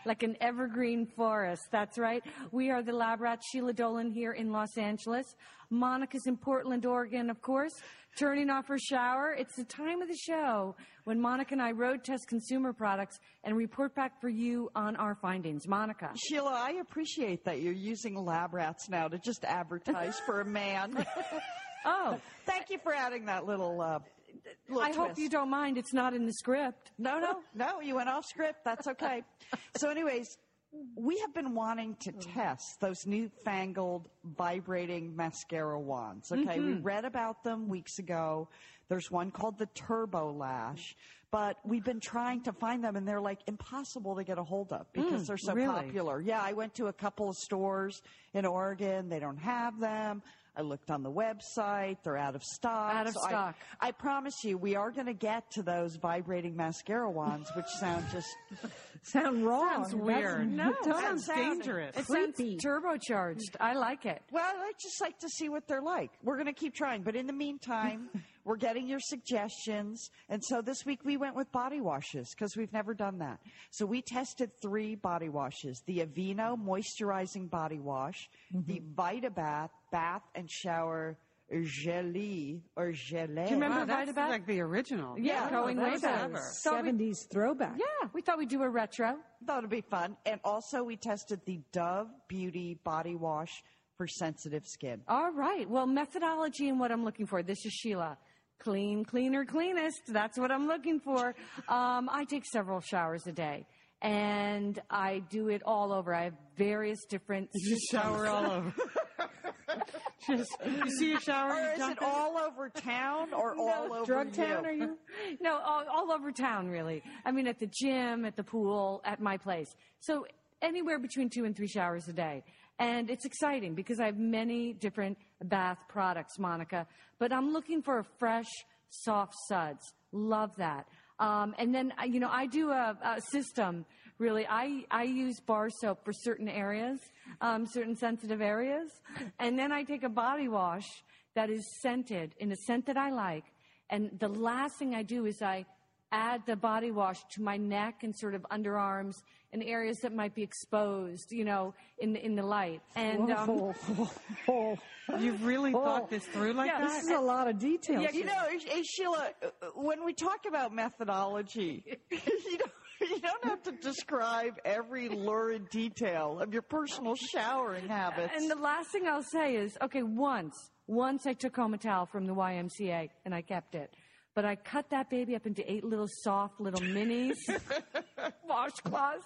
S3: like an evergreen forest. That's right. We are the lab rats, Sheila Dolan here in Los Angeles. Monica's in Portland, Oregon, of course, turning off her shower. It's the time of the show when Monica and I road test consumer products and report back for you on our findings. Monica.
S5: Sheila, I appreciate that you're using lab rats now to just advertise for a man.
S3: Oh,
S5: Thank you for adding that little. Uh, little
S3: I hope
S5: twist.
S3: you don't mind. It's not in the script.
S5: No, no, no. You went off script. That's okay. So, anyways, we have been wanting to
S3: Mm-hmm.
S5: test those newfangled vibrating mascara wands. Okay,
S3: Mm-hmm.
S5: we read about them weeks ago. There's one called the Turbo Lash, but we've been trying to find them and they're like impossible to get a hold of because
S3: Mm,
S5: they're so
S1: really?
S5: popular. Yeah, I went to a couple of stores in Oregon, they don't have them. I looked on the website, they're out of stock.
S3: Out of
S5: I-
S3: stock.
S5: I promise you, we are going to get to those vibrating mascara wands, which sound just
S2: Sound wrong.
S1: Sounds weird.
S2: That's,
S3: No,
S2: don't-
S1: sounds dangerous.
S3: It
S2: Creepy.
S3: sounds turbocharged. I like it.
S5: Well, I'd just like to see what they're like. We're going to keep trying. But in the meantime, we're getting your suggestions. And so this week we went with body washes because we've never done that. So we tested three body washes the Aveeno Moisturizing Body Wash,
S1: Mm-hmm.
S5: the Vitabath Bath and Shower Gelée or Gelée.
S1: Do you remember
S3: Wow, that's
S1: Vitabat?
S3: like
S1: like the original.
S3: Yeah, going way back. So we-
S2: 70s throwback.
S3: yeah, we thought we'd do a retro.
S5: That would be fun. And also we tested the Dove Beauty Body Wash for sensitive skin.
S3: All right. Well, methodology and what I'm looking for. This is Sheila. Clean, cleaner, cleanest. That's what I'm looking for. Um, I take several showers a day. And I do it all over. I have various different.
S1: You shower all over. Just, you see your shower.
S5: Or
S1: you
S5: is
S1: dump
S5: it all over town or all over
S2: Drug
S5: you?
S2: town, are you?
S3: no, all, all over town, really. I mean, at the gym, at the pool, at my place. So anywhere between two and three showers a day. And it's exciting because I have many different bath products, Monica. But I'm looking for a fresh, soft suds. Love that. Um, and then, uh, you know, I do a, a system, really. I, I use bar soap for certain areas, um, certain sensitive areas. And then I take a body wash that is scented in a scent that I like. And the last thing I do is I add the body wash to my neck and sort of underarms and areas that might be exposed, you know, in the, in the light. And um,
S2: Oh, oh, oh.
S1: You've really
S2: Oh.
S1: thought this through like
S3: Yeah,
S1: that?
S2: This is a lot of detail.
S3: Yeah,
S5: You know, eh, Sheila, eh, when we talk about methodology, you don't, you don't have to describe every lurid detail of your personal showering habits.
S3: and the last thing I'll say is, okay, once, once I took home a towel from the YMCA and I kept it. But I cut that baby up into eight little soft little minis washcloths.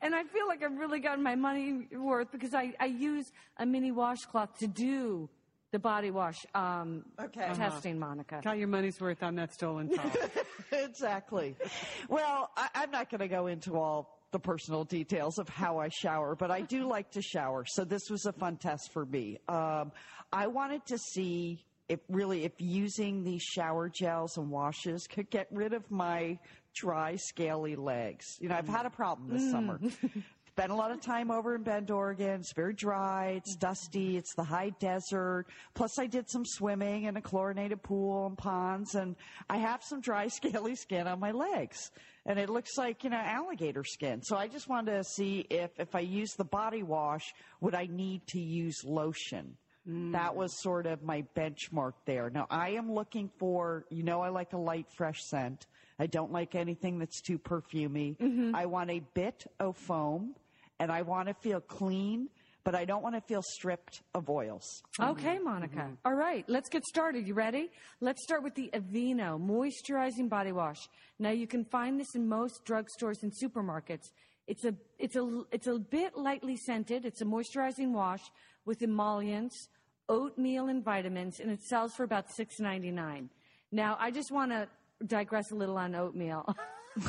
S3: And I feel like I've really gotten my money worth because I, I use a mini washcloth to do the body wash um,
S5: Okay.
S3: testing, Monica.
S1: Got your money's worth on that stolen towel.
S5: exactly. Well, I, I'm not going to go into all the personal details of how I shower, but I do like to shower. So this was a fun test for me. Um, I wanted to see if really if using these shower gels and washes could get rid of my dry, scaly legs. You know, I've had a problem this summer. Spent a lot of time over in Bend, Oregon. It's very dry. It's dusty. It's the high desert. Plus, I did some swimming in a chlorinated pool and ponds, and I have some dry, scaly skin on my legs, and it looks like you know alligator skin. So I just wanted to see if if I use the body wash, would I need to use lotion? That was sort of my benchmark there. Now I am looking for, you know, I like a light, fresh scent. I don't like anything that's too perfumey.
S3: Mm-hmm.
S5: I want a bit of foam and I want to feel clean, but I don't want to feel stripped of oils.
S3: Okay, Monica. All right, let's get started. You ready? Let's start with the Aveeno moisturizing body wash. Now you can find this in most drugstores and supermarkets. It's a it's a it's a bit lightly scented. It's a moisturizing wash with emollients, oatmeal, and vitamins, and it sells for about six ninety nine. Now I just want to digress a little on oatmeal.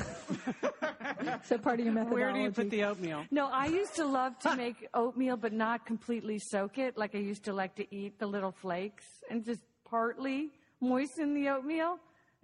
S2: So part of your methodology.
S1: Where do you put the oatmeal?
S3: No, I used to love to make oatmeal, but not completely soak it. Like I used to like to eat the little flakes and just partly moisten the oatmeal.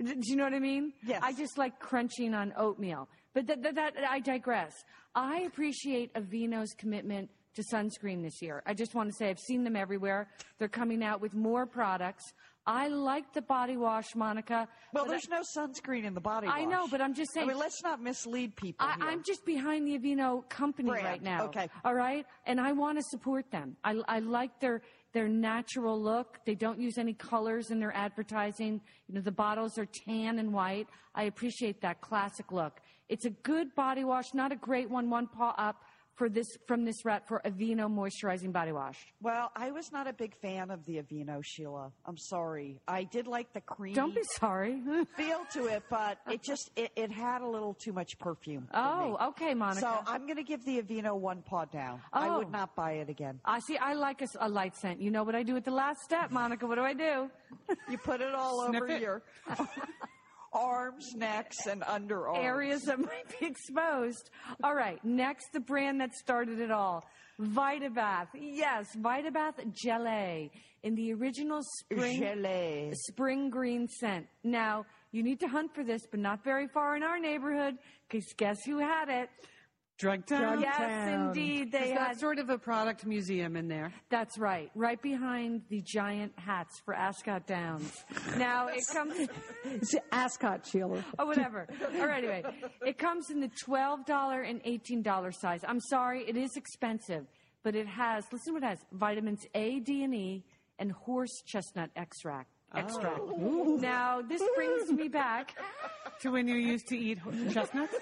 S3: D- Do you know what I mean?
S5: Yes.
S3: I just like crunching on oatmeal. But th- th- that I digress. I appreciate Aveeno's commitment to sunscreen this year. I just want to say I've seen them everywhere. They're coming out with more products. I like the body wash, Monica. but
S5: Well,
S3: I-
S5: there's no sunscreen in the body wash.
S3: I know, but I'm just saying-
S5: I mean, let's not mislead people.
S3: I,
S5: here.
S3: I'm just behind the Aveeno company
S5: Brand,
S3: right now.
S5: okay.
S3: All right. And I want to support them. I, I like their their natural look. They don't use any colors in their advertising. You know, the bottles are tan and white. I appreciate that classic look. It's a good body wash, not a great one, one paw up for this from this rep for Aveeno moisturizing body wash.
S5: Well, I was not a big fan of the Aveeno, Sheila. I'm sorry. I did like the cream
S3: Don't be sorry.
S5: feel to it, but it just it, it had a little too much perfume. for me.
S3: oh, okay, Monica.
S5: So um I'm going to give the Aveeno one paw down. I
S3: Oh.
S5: would not buy it again.
S3: I see. I like a, s- a light scent. You know what I do at the last step, Monica? What do I do?
S5: You put it all over your arms, necks, and underarms.
S3: Areas that might be exposed. All right. Next, the brand that started it all, VitaBath. Yes, VitaBath Gelée in the original spring
S5: Gelée.
S3: spring green scent. Now you need to hunt for this, but not very far in our neighborhood, because guess who had it?
S1: Drug town.
S3: yes,
S2: town.
S3: indeed, they
S1: There's
S3: had
S1: that sort of a product museum in there.
S3: That's right. Right behind the giant hats for Ascot Downs. Now it comes,
S2: It's Ascot, Sheila.
S3: oh, whatever. All right, anyway. It comes in the $12 and $18 size. I'm sorry, it is expensive, but it has, listen what it has vitamins A, D, and E, and horse chestnut extract. Extract. Now this brings me back.
S1: To when you used to eat ho- chestnuts?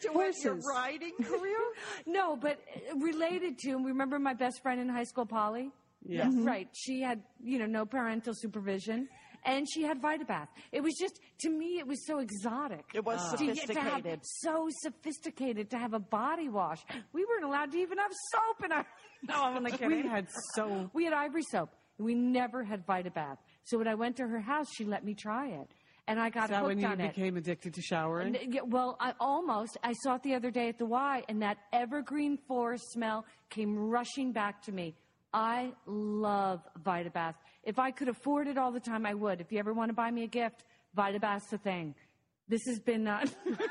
S5: To what, your
S2: Horses.
S5: riding career?
S3: No, but uh, related to, and remember my best friend in high school, Polly? Yes.
S5: Mm-hmm.
S3: Right. She had, you know, no parental supervision and she had Vitabath. It was just, to me, it was so exotic.
S5: It was
S1: Ah.
S3: To get- to have-
S5: sophisticated.
S3: so sophisticated to have a body wash. We weren't allowed to even have soap in our. No, I'm only kidding.
S1: we had so.
S3: We had ivory soap. We never had Vitabath. So when I went to her house, she let me try it. And I got
S1: Is that
S3: hooked
S1: when you
S3: on it.
S1: became addicted to showering?
S3: And, yeah, well, I almost. I saw it the other day at the Y, and that evergreen forest smell came rushing back to me. I love Vitabath. If I could afford it all the time, I would. If you ever want to buy me a gift, Vitabath's the thing. This has been. Uh,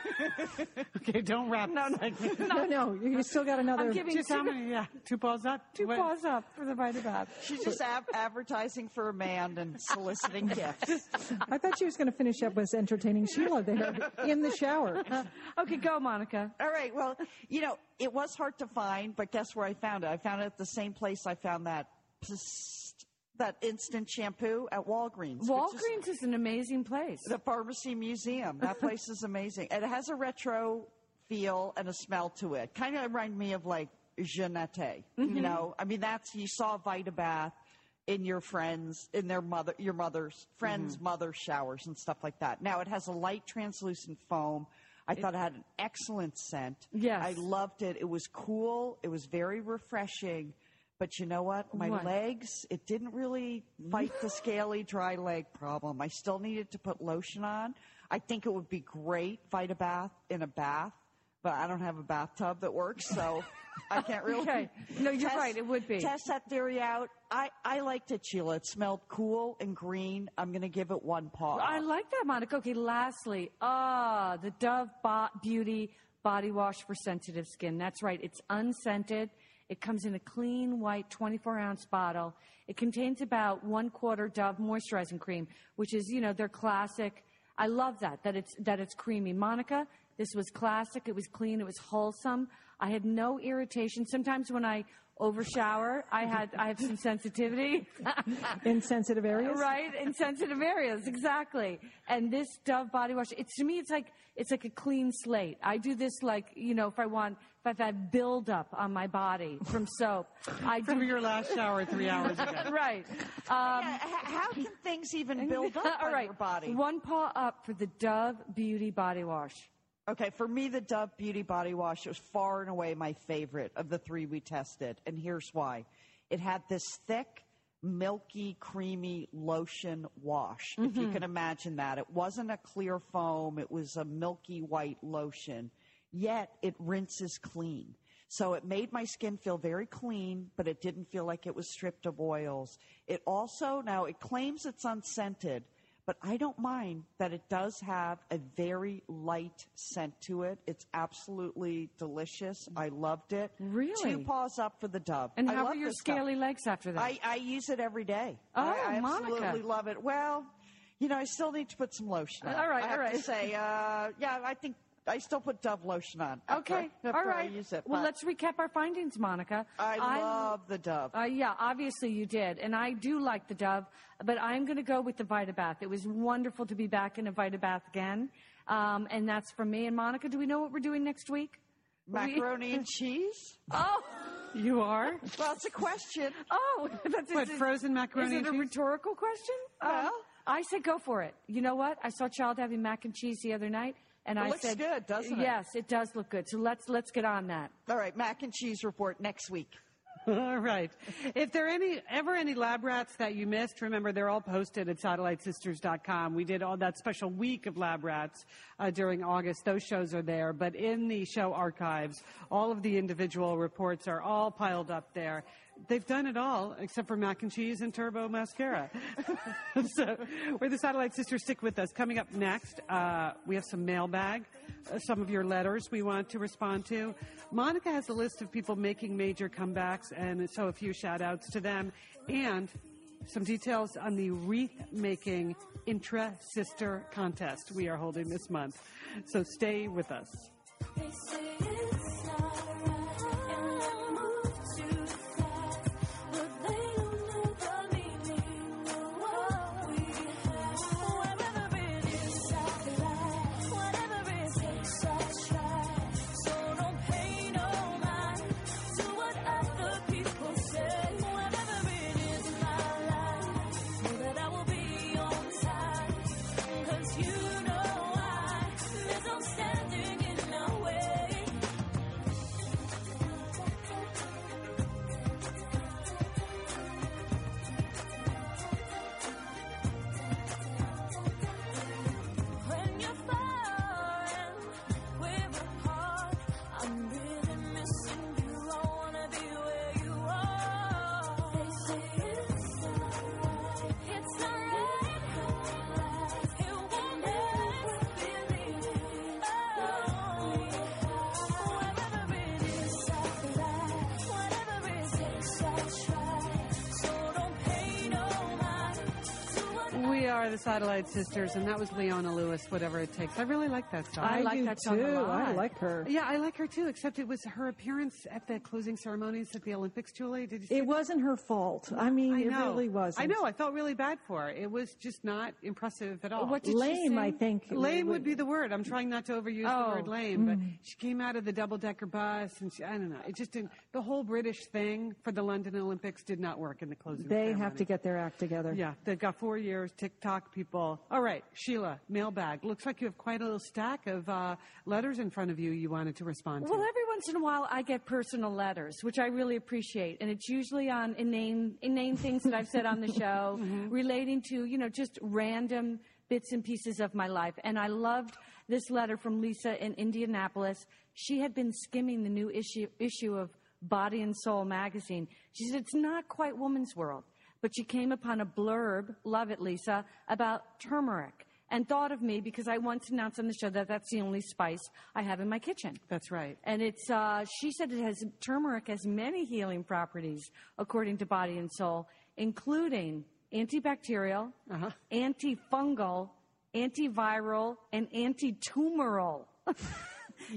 S1: okay, don't wrap. No, no.
S2: No, no, you you still got another.
S3: I'm giving
S1: Just how
S3: two,
S1: many? Yeah, two paws up.
S3: two
S1: What-
S3: paws up for the Vitabath.
S5: She's just ab- advertising for a man and soliciting gifts.
S2: I thought she was going to finish up with entertaining Sheila there in the shower.
S3: Okay, go, Monica.
S5: All right. Well, you know, it was hard to find, but guess where I found it? I found it at the same place I found that psst, that instant shampoo at Walgreens. which is
S3: Walgreens is an amazing place.
S5: the pharmacy museum. That place is amazing. It has a retro feel and a smell to it. Kind of remind me of like Jeanette. You know, I mean, that's you saw Vitabath in your friends, in their mother, your mother's friends' mother's showers and stuff like that. Now it has a light translucent foam. I thought it had an excellent scent.
S3: Yes.
S5: I loved it. It was cool. It was very refreshing. But you know what? My
S3: What?
S5: legs, it didn't really fight the scaly dry leg problem. I still needed to put lotion on. I think it would be great Vitabath in a bath, but I don't have a bathtub that works, so I can't really.
S3: Okay. No, you're
S5: test-
S3: right. It would be.
S5: Test that theory out. I, I liked it, Sheila. It smelled cool and green. I'm going to give it one paw.
S3: I like that, Monica. Okay, lastly, ah, the Dove Bo- Beauty Body Wash for Sensitive Skin. That's right, it's unscented. It comes in a clean white 24 ounce bottle. It contains about one quarter Dove moisturizing cream, which is, you know, their classic. I love that, that it's, that it's creamy. Monica, this was classic. It was clean. It was wholesome. I had no irritation. Sometimes when I overshower, I had, I have some sensitivity.
S2: in sensitive areas.
S3: Right? In sensitive areas, exactly. And this Dove body wash, it's to me, it's like it's like a clean slate. I do this like you know, if I want, if I've had buildup on my body from soap, I do.
S1: From your last shower three hours ago.
S3: right. Um,
S5: Yeah, h- how can things even build up
S3: all
S5: on
S3: right.
S5: your body?
S3: One paw up for the Dove Beauty Body Wash.
S5: Okay, for me, the Dove Beauty Body Wash was far and away my favorite of the three we tested, and here's why. It had this thick, milky, creamy lotion wash, if you can imagine that. It wasn't a clear foam, it was a milky white lotion, yet it rinses clean. So it made my skin feel very clean, but it didn't feel like it was stripped of oils. It also, now it claims it's unscented, but I don't mind that it does have a very light scent to it. It's absolutely delicious. I loved it.
S3: Mm. Really?
S5: Two paws up for the dove.
S3: And
S5: I
S3: how
S5: love
S3: are your
S5: this stuff.
S3: scaly legs after that?
S5: I, I use it every day. I, I
S3: Oh, Monica.
S5: absolutely love it. Well, you know, I still need to put some lotion on.
S3: All right,
S5: I have
S3: all
S5: to
S3: right.
S5: say, uh, yeah, I think I still put Dove lotion on. after I-
S3: okay.
S5: after
S3: all right.
S5: I use it.
S3: well,
S5: but
S3: let's recap our findings, Monica.
S5: I, love the Dove.
S3: Uh, yeah, obviously you did. And I do like the Dove, but I'm going to go with the VitaBath. It was wonderful to be back in a VitaBath again. Um, and that's from me. And Monica, do we know what we're doing next week?
S5: Macaroni and cheese?
S3: Oh,
S1: You are?
S5: Well, it's a question.
S3: oh, that's
S1: What,
S3: is it-
S1: frozen macaroni
S3: Is it
S1: and
S3: a
S1: cheese?
S3: rhetorical question? Um,
S5: Well.
S3: I said go for it. You know what? I saw a child having mac and cheese the other night, and I
S5: looks
S3: said,
S5: good, doesn't it?
S3: Yes, it does look good. So let's let's get on that.
S5: All right, mac and cheese report next week.
S1: All right. If there are any ever any lab rats that you missed, remember they're all posted at satellitesisters.com. We did all that special week of lab rats uh, during August. Those shows are there, but in the show archives, all of the individual reports are all piled up there. They've done it all except for mac and cheese and turbo mascara. so we're the Satellite Sisters. Stick with us. Coming up next, uh, we have some mailbag, uh, some of your letters we want to respond to. Monica has a list of people making major comebacks, and so a few shout outs to them and some details on the wreath making intra sister contest we are holding this month. So stay with us.
S4: They say it's alright, and I move too fast, but they don't ever mean what we have. Wherever it is, I fly. Whatever it takes, I try. So don't pay no mind to what other people say. Whatever it is, my life, know that I will be on time. 'Cause you know I, there's no standing in our way. When you're far and we're apart, I'm really missing you. I wanna be where you are. They say it's alright, it's alright. It won't last, believe it. Oh, wherever it is, I fly. Whatever it takes, I try. So don't pay no mind to what
S1: We are the Satellite Sisters, and that was Leona Lewis, whatever it takes. I really like that song.
S3: I like
S2: do
S3: that song a
S2: too. I
S3: lot.
S2: like her.
S1: Yeah, I like her too, except it was her appearance at the closing ceremonies at the Olympics, Julie. Did you see
S2: It wasn't her fault. I mean,
S1: I
S2: it
S1: know.
S2: really wasn't.
S1: I know. I felt really bad for her. It was just not impressive at all.
S3: What did she
S2: Lame,
S3: sing?
S2: I think.
S1: lame would be the word. I'm trying not to overuse
S3: Oh.
S1: the word lame, but she came out of the double decker bus, and she, I don't know. It just didn't. The whole British thing for the London Olympics did not work in the closing.
S2: They have
S1: ceremony.
S2: to get their act together.
S1: Yeah, they've got four years. TikTok people. All right, Sheila, mailbag. Looks like you have quite a little stack of uh, letters in front of you. You wanted to respond
S3: Well, uh,
S1: to.
S3: every once in a while, I get personal letters, which I really appreciate, and it's usually on inane, inane things that I've said on the show, relating to you know just random bits and pieces of my life. And I loved this letter from Lisa in Indianapolis. She had been skimming the new issue issue of Body and Soul magazine. She said it's not quite Woman's World, but she came upon a blurb, love it, Lisa, about turmeric. And thought of me because I once announced on the show that that's the only spice I have in my kitchen.
S1: That's right.
S3: And it's uh, she said it has turmeric has many healing properties according to Body and Soul, including antibacterial,
S1: Uh-huh.
S3: antifungal, antiviral, and antitumoral.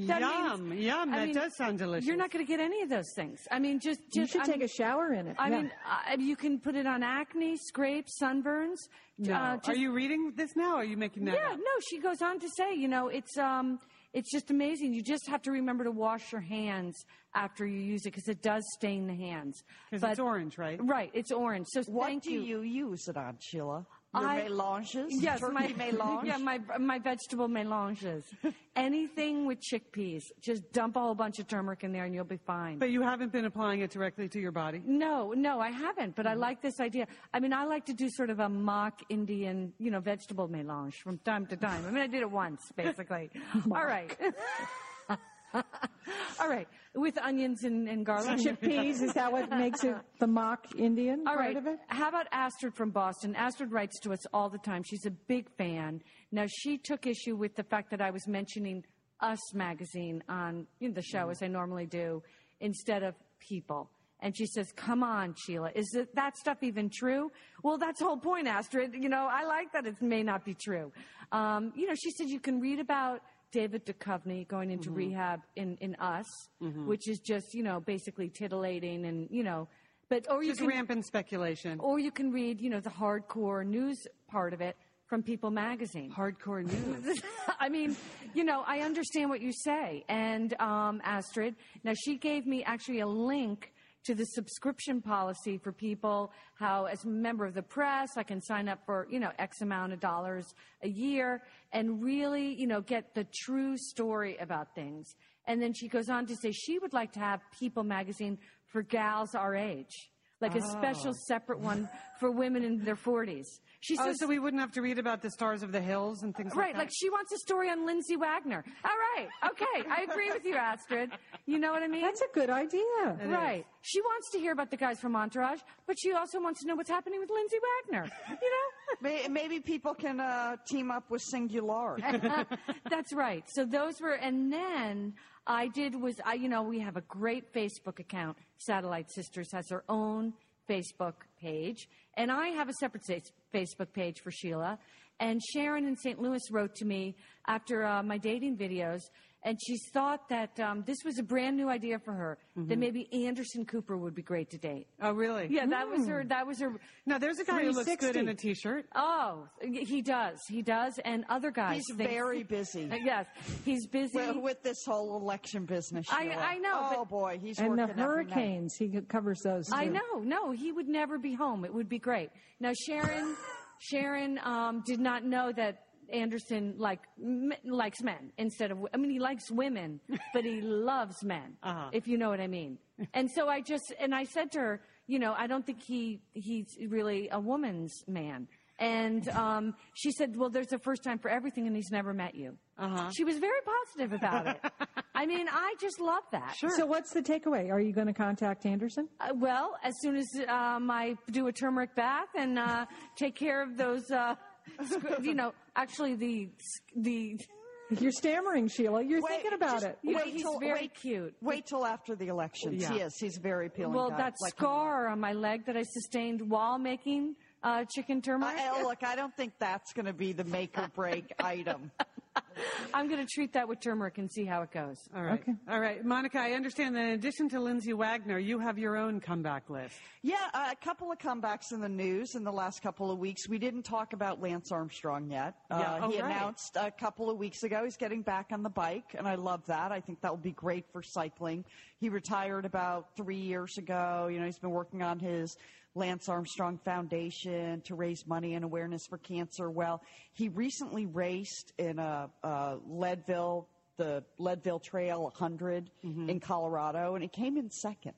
S3: That
S1: Yum, yum, that does sound delicious.
S3: You're not going to get any of those things. I mean, just, just
S2: You should
S3: I'm-
S2: take a shower in it.
S3: I
S2: Yeah.
S3: mean, uh, you can put it on acne, scrapes, sunburns.
S1: No.
S3: uh,
S1: are
S3: just-
S1: you reading this now? Or are you making that?
S3: yeah,
S1: up?
S3: no, she goes on to say, you know, it's um it's just amazing. You just have to remember to wash your hands after you use it because it does stain the hands.
S1: 'Cause
S3: But-
S1: it's orange, right?
S3: Right, it's orange. So
S5: What
S3: thank
S5: do
S3: you.
S5: you. use it on, Sheila? Your
S3: I-
S5: melanges?
S3: Yes,
S5: Turkey
S3: my
S5: melange?
S3: Yeah, my my vegetable melanges. Anything with chickpeas, just dump a whole bunch of turmeric in there and you'll be fine.
S1: But you haven't been applying it directly to your body.
S3: No, no, I haven't, but I like this idea. I mean, I like to do sort of a mock Indian, you know, vegetable melange from time to time. I mean, I did it once, basically. All right. All right. With onions and, and garlic.
S2: Chickpeas, is that what makes it the mock Indian
S3: All
S2: part
S3: right.
S2: of it?
S3: How about Astrid from Boston? Astrid writes to us all the time. She's a big fan. Now she took issue with the fact that I was mentioning Us magazine on you know, the
S2: Mm-hmm.
S3: show as I normally do instead of People. And she says, "Come on, Sheila, is it, that stuff even true?" Well, that's the whole point, Astrid. You know, I like that it may not be true. Um, you know, she said you can read about David Duchovny going into
S2: Mm-hmm.
S3: rehab in in Us, which is just you know basically titillating and you know, but or you
S1: Just
S3: can
S1: rampant speculation.
S3: or you can read, you know, the hardcore news part of it. from People Magazine.
S5: Hardcore news.
S3: I mean, you know, I understand what you say. And um, Astrid, now she gave me actually a link to the subscription policy for people, how as a member of the press, I can sign up for, you know, X amount of dollars a year and really, you know, get the true story about things. And then she goes on to say she would like to have People magazine for gals our age. Like a special separate one for women in their 40s. She
S1: Oh,
S3: says
S1: so we wouldn't have to read about the stars of the hills and things
S3: Right,
S1: like that.
S3: like she wants a story on Lindsay Wagner. All right, okay, I agree with you, Astrid. You know what I mean?
S2: That's a good idea.
S3: right. She wants to hear about the guys from Entourage, but she also wants to know what's happening with Lindsay Wagner. You know?
S5: May- Maybe people can uh, team up with Singular.
S3: That's right. So those were, and then I did was I, you know, we have a great Facebook account. Satellite Sisters has her own Facebook page, and I have a separate sa- Facebook page for Sheila. And Sharon in St. Louis wrote to me after uh, my dating videos, and she thought that um, this was a brand new idea for her. That maybe Anderson Cooper would be great to date. Mm.
S1: Oh, really?
S3: Mm-hmm. Yeah, that was her. That was her.
S1: No, there's a guy who looks good
S2: 360.
S1: in a t-shirt.
S3: Oh, he does. He does, and other guys.
S5: He's
S3: think-
S5: very busy.
S3: Yes, he's busy.
S5: With, with this whole election business,
S3: I-
S5: Sheila.
S3: I know,
S5: Oh
S3: but-
S5: boy, he's
S2: And the
S5: working every night.
S2: hurricanes, he covers those. Too.
S3: I know. No, he would never be home. It would be great. Now, Sharon, Sharon um, did not know that Anderson like m- likes men instead of. w- I mean, he likes women, but he loves men. If you know what I mean. And so I just and I said to her, you know, I don't think he he's really a woman's man. And um, she said, "Well, there's a first time for everything, and he's never met you." She was very positive about it. I mean, I just love that.
S2: So what's the takeaway? Are you going to contact Anderson?
S3: Uh, well, as soon as um, I do a turmeric bath and uh, take care of those, uh, sc- you know, actually the the
S2: You're stammering, Sheila. You're
S5: Wait,
S2: thinking about
S5: just
S2: it.
S3: You know,
S5: wait
S3: he's
S5: till-
S3: very
S5: wait-
S3: cute.
S5: Wait till after the elections.
S1: Yeah.
S5: He is. He's very appealing.
S3: well
S5: guy,
S3: that
S5: like a-
S3: scar on my leg that I sustained while making uh, chicken turmeric.
S5: I, I- look, I don't think that's going to be the make or break item.
S3: I'm going to treat that with turmeric and see how it goes.
S5: Oh,
S1: All right.
S2: Okay.
S1: All right. Monica, I understand that in addition to Lindsay Wagner, you have your own comeback list.
S5: Yeah, uh, a couple of comebacks in the news in the last couple of weeks. We didn't talk about Lance Armstrong yet.
S1: Yeah,
S5: Uh, he
S1: oh, right.
S5: announced a couple of weeks ago he's getting back on the bike, and I love that. I think that will be great for cycling. He retired about three years ago. You know, he's been working on his Lance Armstrong Foundation to raise money and awareness for cancer. Well, he recently raced in a, uh Leadville. The Leadville Trail 100 in Colorado, and he came in 2nd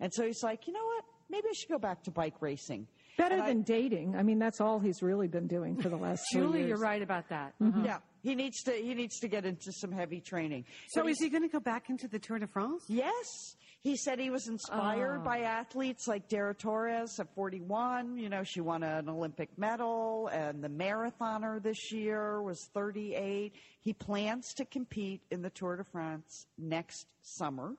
S5: And so he's like, you know what? Maybe I should go back to bike racing.
S2: Better
S5: And I-
S2: than dating. I mean, that's all he's really been doing for the last two
S3: Julie,
S2: years.
S3: you're right about that.
S5: Yeah, he needs to he needs to get into some heavy training.
S1: So
S5: But
S1: is he going to go back into the Tour de France?
S5: Yes, he said he was inspired by athletes like Dara Torres at 41. You know, she won an Olympic medal, and the marathoner this year was 38. He plans to compete in the Tour de France next summer.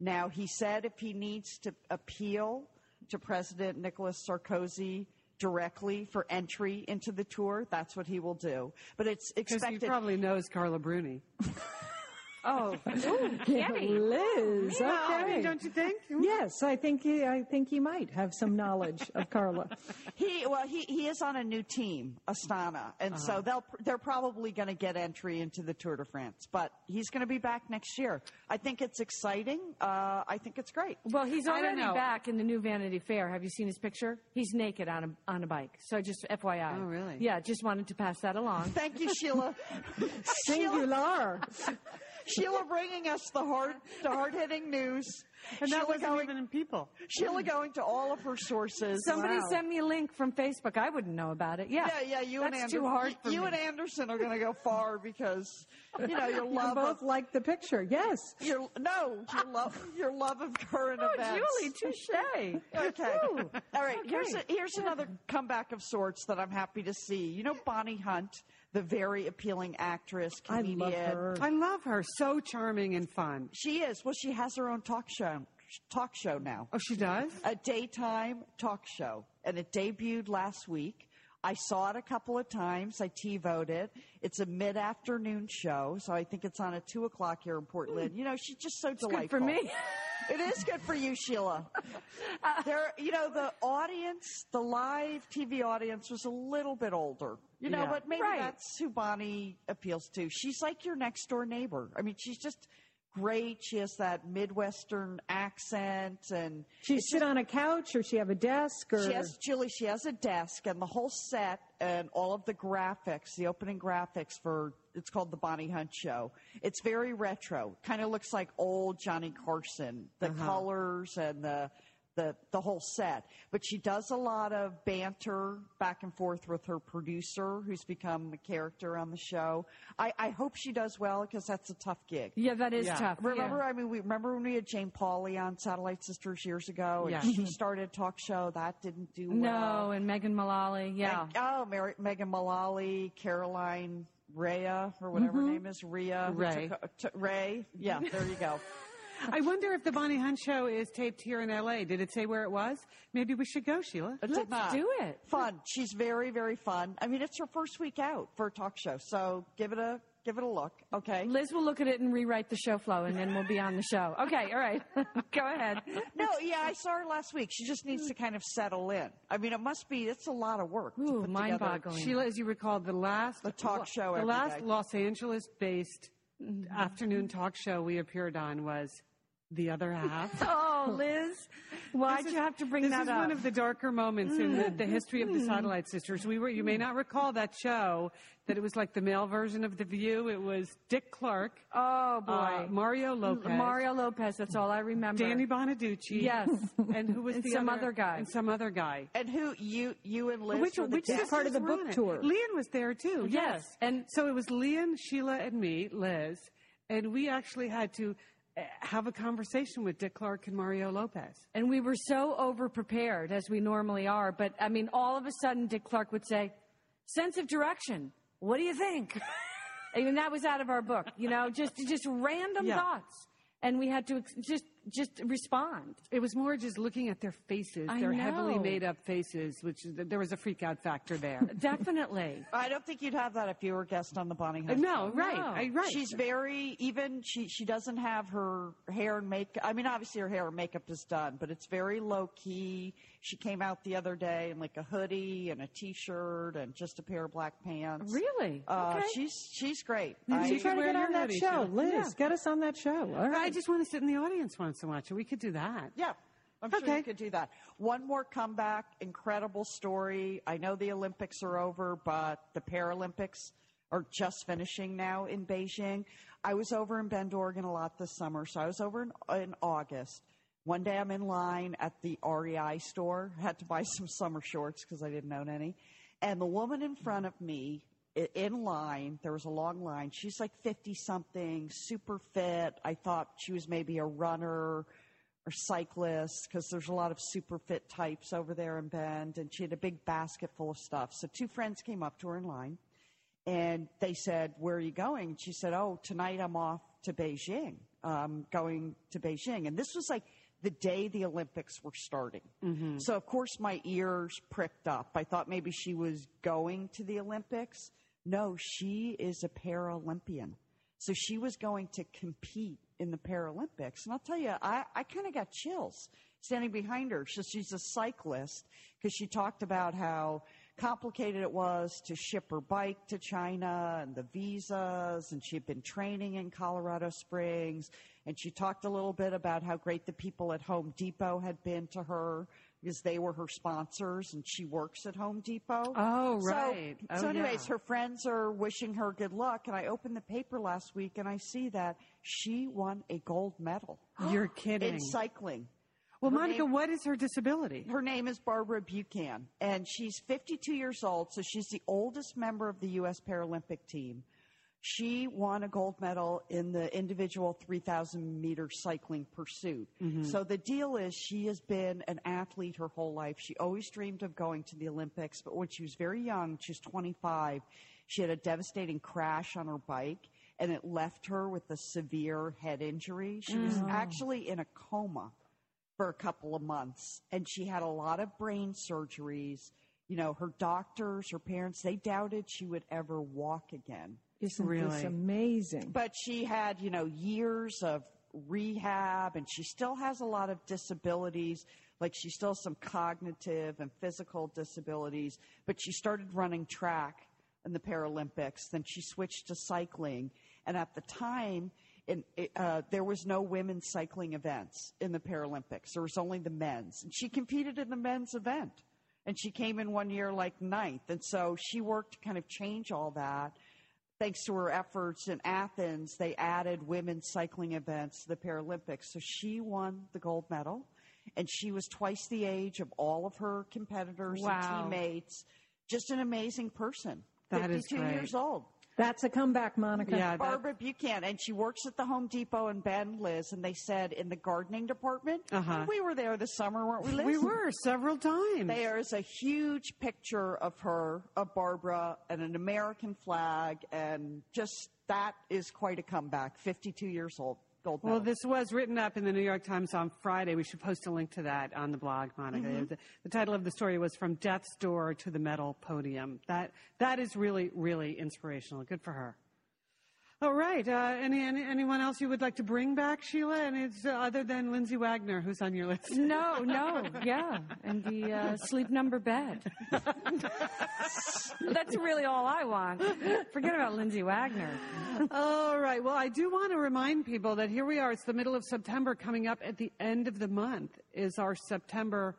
S5: Now, he said if he needs to appeal to President Nicolas Sarkozy directly for entry into the tour, that's what he will do. But it's
S1: Because he
S5: expected.
S1: probably knows Carla Bruni.
S3: Oh, Ooh, Kenny.
S2: Liz,
S1: I mean,
S2: okay.
S1: don't you think?
S2: Yes, I think he, I think he might have some knowledge of Carla.
S5: He well, he, he is on a new team, Astana, and
S3: Uh-huh.
S5: so they'll they're probably going to get entry into the Tour de France. But he's going to be back next year. I think it's exciting. Uh, I think it's great.
S3: Well, he's
S1: I don't
S3: already
S1: know.
S3: back in the new Vanity Fair. Have you seen his picture? He's naked on a on a bike. So just FYI.
S1: Oh, really?
S3: Yeah, just wanted to pass that along.
S5: Thank you, Sheila. Sheila,
S2: Singular.
S5: Sheila, bringing us the hard the hard hitting news.
S1: And
S5: Sheila
S1: that wasn't
S5: going,
S1: even in people.
S5: Sheila going to all of her sources.
S3: Somebody sent me a link from Facebook. I wouldn't know about it. Yeah,
S5: Yeah, yeah, you
S3: That's
S5: and Anderson.
S3: too hard for
S5: you
S3: me.
S5: and Anderson are going to go far because you know your
S2: You
S5: love
S2: both
S5: of
S2: like the picture. Yes.
S5: your no your love your love of current events.
S3: oh, Julie, touche.
S5: Okay. All right. Here's a,
S3: Okay.
S5: here's another comeback of sorts that I'm happy to see. You know, Bonnie Hunt, the very appealing actress,
S2: I
S5: comedian.
S2: love her.
S1: I love her. So charming and fun.
S5: She is. Well, she has her own talk show talk show now,
S1: Oh, she does?
S5: a daytime talk show, and it debuted last week I saw it a couple of times. I TiVoed it. It's a mid afternoon show, so I think it's on at 2 o'clock here in Portland. You know, she's just so
S3: Mm. Good
S5: delightful.
S3: for me.
S5: It is good for you, Sheila. There, you know, the audience, the live TV audience was a little bit older. You know,
S1: Yeah.
S5: but maybe
S3: Right.
S5: that's who Bonnie appeals to. She's like your next door neighbor. I mean, she's just great. She has that Midwestern accent and
S2: She sit on a couch or she have a desk or
S5: she has Julie. She has a desk and the whole set and all of the graphics, the opening graphics for it's called the Bonnie Hunt Show. It's very retro. Kind of looks like old Johnny Carson. The colors and the the the whole set. But she does a lot of banter back and forth with her producer, who's become a character on the show. I, I hope she does well because that's a tough gig.
S3: Yeah, that is tough.
S5: Remember, I mean, we remember when we had Jane Pauley on Satellite Sisters years ago, and
S1: Yeah.
S5: she started a talk show that didn't do well.
S3: Mm-hmm. No, and Megan Mullally. Yeah.
S5: And- oh, Mary, Megan Mullally, Caroline Rhea, or whatever
S3: Mm-hmm.
S5: her name is, Rhea who
S1: Ray.
S5: took- took- Ray. Yeah, there you go.
S1: I wonder if the Bonnie Hunt show is taped here in LA. Did it say where it was? Maybe we should go, Sheila.
S5: It did
S3: Let's
S5: not.
S3: do it.
S5: Fun. She's very, very fun. I mean, it's her first week out for a talk show, so give it a give it a look. Okay.
S3: Liz will look at it and rewrite the show flow, and then we'll be on the show. Okay, all right. Go ahead.
S5: No, yeah, I saw her last week. She just needs to kind of settle in. I mean, it must be it's a lot of work. to
S3: Ooh,
S5: put together.
S3: mind-boggling.
S1: Sheila, as you recall, the last
S5: The talk show
S1: the
S5: every
S1: last
S5: day.
S1: Los Angeles based
S3: Mm-hmm.
S1: afternoon talk show we appeared on was the other half.
S3: Oh, Liz, why'd
S1: This
S3: you
S1: is-
S3: have to bring
S1: this
S3: that
S1: is
S3: up? Mm.
S1: one of the darker moments in the, the history of the Satellite Sisters. We were, you may not recall that show, that it was like the male version of The View. It was Dick Clark,
S3: oh boy,
S1: uh, Mario Lopez,
S3: Mario Lopez. That's all I remember.
S1: Danny Bonaducci,
S3: Yes.
S1: and who was
S3: And
S1: the
S3: some other guy.
S1: and some other guy.
S5: And who you you and Liz?
S1: Which
S5: were the
S1: which
S5: guests?
S1: sisters
S2: part of the
S1: were
S2: book
S1: on it?
S2: tour.
S1: Leon was there too.
S3: Yes, and-
S1: so it was Leon, Sheila, and me, Liz, and we actually had to uh, have a conversation with Dick Clark and Mario Lopez.
S3: and we were so over prepared as we normally are. But I mean, all of a sudden, Dick Clark would say, "Sense of direction. What do you think?" and that was out of our book. You know, just just random
S1: Yeah.
S3: thoughts, and we had to ex- just just respond.
S1: It was more just looking at their faces,
S3: I
S1: their heavily
S3: know.
S1: made up faces, which is- there was a freak out factor there.
S3: Definitely.
S5: I don't think you'd have that if you were a guest on the Bonnie Hunt.
S1: no, right,
S3: No.
S1: I, right.
S5: She's very even. She she doesn't have her hair and makeup. I mean, obviously her hair and makeup is done, but it's very low key. She came out the other day in like a hoodie and a t shirt and just a pair of black pants.
S3: Really?
S2: Oh,
S5: Uh,
S3: okay.
S5: She's she's great.
S1: Yeah,
S5: I-
S1: she's-
S2: Try to
S1: Wear
S2: get
S1: your
S2: on that
S1: hoodie,
S2: show.
S1: Sheila.
S2: Liz,
S1: Yeah.
S2: get us on that show. All
S1: I
S2: right.
S1: just want to sit in the audience once in a while. We could do that.
S5: Yeah. I'm sure
S1: Okay.
S5: you could do that. One more comeback, incredible story. I know the Olympics are over, but the Paralympics are just finishing now in Beijing. I was over in Bend, Oregon a lot this summer, so I was over in, in August. One day I'm in line at the REI store, had to buy some summer shorts because I didn't own any. And the woman in front of me i- in line, there was a long line. She's like 50 something, super fit. I thought she was maybe a runner or cyclists because there's a lot of super fit types over there in Bend. And she had a big basket full of stuff. So two friends came up to her in line and they said, Where are you going? And she said, Oh, tonight I'm off to Beijing. I'm going to Beijing. And this was like the day the Olympics were starting. So, of course, my ears pricked up. I thought maybe she was going to the Olympics. No, she is a Paralympian. So she was going to compete in the Paralympics. And I'll tell you, I, I kind of got chills standing behind her. She, she's a cyclist because she talked about how complicated it was to ship her bike to China and the visas. And she had been training in Colorado Springs. And she talked a little bit about how great the people at Home Depot had been to her because they were her sponsors and she works at Home Depot.
S1: Oh,
S5: So-
S1: right.
S5: So,
S1: Oh,
S5: anyways,
S1: yeah.
S5: her friends are wishing her good luck. And I opened the paper last week and I see that she won a gold medal
S1: You're kidding.
S5: in cycling.
S1: well,
S5: her
S1: Monica,
S5: name-
S1: what is her disability?
S5: Her name is Barbara Buchan, and she's 52 years old, so she's the oldest member of the U.S. Paralympic team. She won a gold medal in the individual 3,000 meter cycling pursuit. So the deal is, she has been an athlete her whole life. She always dreamed of going to the Olympics, but when she was very young, she was 25, she had a devastating crash on her bike. And it left her with a severe head injury. She was actually in a coma for a couple of months and she had a lot of brain surgeries you know, her doctors, her parents, they doubted she would ever walk again.
S2: Isn't this
S1: Really?
S2: amazing?
S5: But she had, you know, years of rehab and she still has a lot of disabilities. Like she still has some cognitive and physical disabilities, but she started running track in the Paralympics. Then she switched to cycling. And at the time, in, uh, there was no women's cycling events in the Paralympics. There was only the men's. And she competed in the men's event. And she came in one year like ninth. And so she worked to kind of change all that thanks to her efforts in Athens, they added women's cycling events to the Paralympics. So she won the gold medal, and she was twice the age of all of her competitors
S3: Wow.
S5: and teammates. Just an amazing person.
S1: That is
S5: 52
S1: great.
S5: years old.
S2: That's a comeback, Monica.
S1: Yeah, that-
S5: Barbara Buchan, and she works at the Home Depot in Ben, Liz, and they said in the gardening department,
S1: Uh-huh.
S5: we were there this summer, weren't we, Liz?
S1: we were several times.
S5: There is a huge picture of her, of Barbara, and an American flag, and just that is quite a comeback. 52 years old, gold medal.
S1: Well, this was written up in the New York Times on Friday. We should post a link to that on the blog, Monica. The, the title of the story was "From Death's Door to the Medal Podium." That that is really, really inspirational. Good for her. All right. Uh, any, any anyone else you would like to bring back, Sheila? And it's uh, other than Lindsay Wagner, who's on your list.
S3: No, no, yeah, and the uh, sleep number bed. That's really all I want. Forget about Lindsay Wagner.
S1: All right. Well, I do want to remind people that here we are. It's the middle of September coming up at the end of the month is our September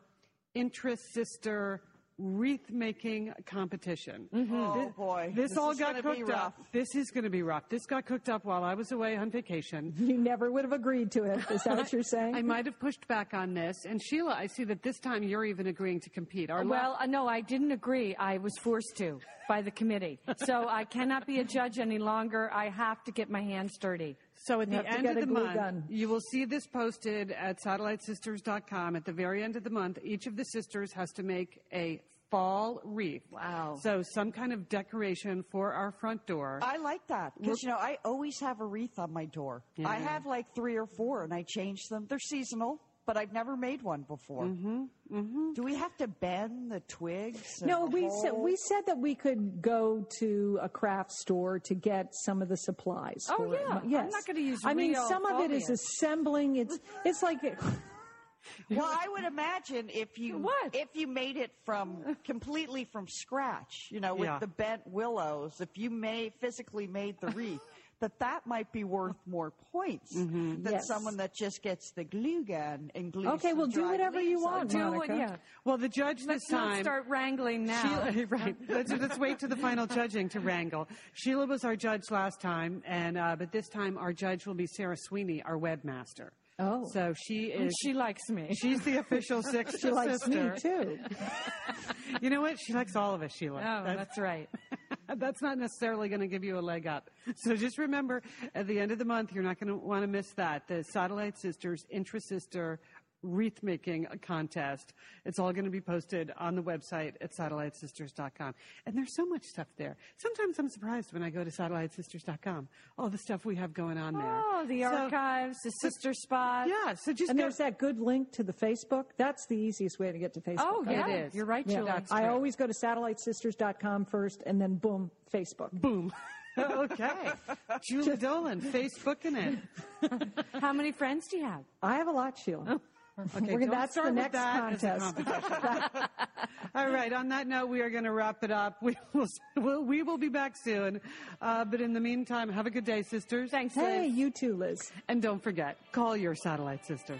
S1: interest sister wreath making competition.
S5: Oh, boy.
S1: This,
S5: This
S1: all
S5: is
S1: got
S5: gonna be
S1: cooked up.
S5: rough.
S1: This is going to be rough. This got cooked up while I was away on vacation.
S2: You never would have agreed to it. Is that what you're saying?
S1: I might have pushed back on this. And Sheila, I see that this time you're even agreeing to compete.
S5: Oh,
S1: Our la-
S3: Well, uh, no, I didn't agree. I was forced to by the committee. So I cannot be a judge any longer. I have to get my hands dirty.
S1: So at
S2: You
S1: the
S2: have to
S1: end of
S2: get a
S1: the
S2: glue
S1: month,
S2: gun.
S1: you will see this posted at satellitesisters.com. At the very end of the month, each of the sisters has to make a fall wreath.
S3: Wow.
S1: So some kind of decoration for our front door.
S5: I like that because you know I always have a wreath on my door. I have like three or four, and I change them. They're seasonal, but I've never made one before. Mm-hmm. Mm-hmm. Do we have to bend the twigs? and
S2: No,
S5: the
S2: we said
S5: whole-
S2: we said that we could go to a craft store to get some of the supplies.
S3: Oh,
S2: for it.
S3: yeah. I'm
S2: yes.
S3: not gonna use
S2: I mean,
S3: real
S2: some of it is
S3: foliage.
S2: assembling. It's it's like
S5: Well, I would imagine if you
S3: What?
S5: if you made it from completely from scratch, you know, with
S1: Yeah.
S5: the bent willows, if you may physically made the wreath, that that might be worth more points than
S2: Mm-hmm. Yes.
S5: someone that just gets the glue gun and glues.
S2: okay.
S5: some
S2: Well, do
S5: dry
S2: whatever you
S5: leaves on
S2: want,
S5: it.
S3: Do what?
S2: Monica.
S3: Yeah.
S1: well, the judge
S3: Let's
S1: this time.
S3: not start wrangling now.
S1: Sheila, right. Let's, let's wait to the final judging to wrangle. Sheila was our judge last time, and uh, but this time our judge will be Sarah Sweeney, our webmaster.
S2: Oh.
S1: so she is.
S3: she likes me.
S1: She's the official sixth
S2: She likes
S1: sister.
S2: me too.
S1: You know what? She likes all of us, Sheila.
S3: Oh, that's right.
S1: That's not necessarily going to give you a leg up. So just remember, at the end of the month, you're not going to want to miss that. The Satellite Sisters Intra Sister Wreath Making Contest. It's all going to be posted on the website at satellitesisters.com. And there's so much stuff there. Sometimes I'm surprised when I go to satellitesisters.com, all the stuff we have going on there.
S3: Oh, the
S1: So-
S3: archives, the sister spot.
S1: Yeah, so just
S2: And
S1: go-
S2: there's that good link to the Facebook. That's the easiest way to get to Facebook.
S3: Oh,
S2: right?
S3: yeah.
S1: It is.
S3: You're right,
S2: Yeah.
S3: Julie.
S2: I always go to satellitesisters.com first, and then boom, Facebook.
S1: boom. okay. Julie Dolan, Facebooking it.
S3: How many friends do you have?
S2: I have a lot,
S3: Oh.
S2: Sheila.
S1: Okay,
S2: We're-
S1: don't
S2: that's
S1: start
S2: the
S1: with
S2: next
S1: that as a
S2: contest.
S1: competition. All right. On that note, we are going to wrap it up. We will, we'll, we will be back soon. Uh, but in the meantime, have a good day, sisters.
S3: Thanks,
S2: hey,
S3: Liz.
S2: you too, Liz.
S1: And don't forget, call your satellite sister.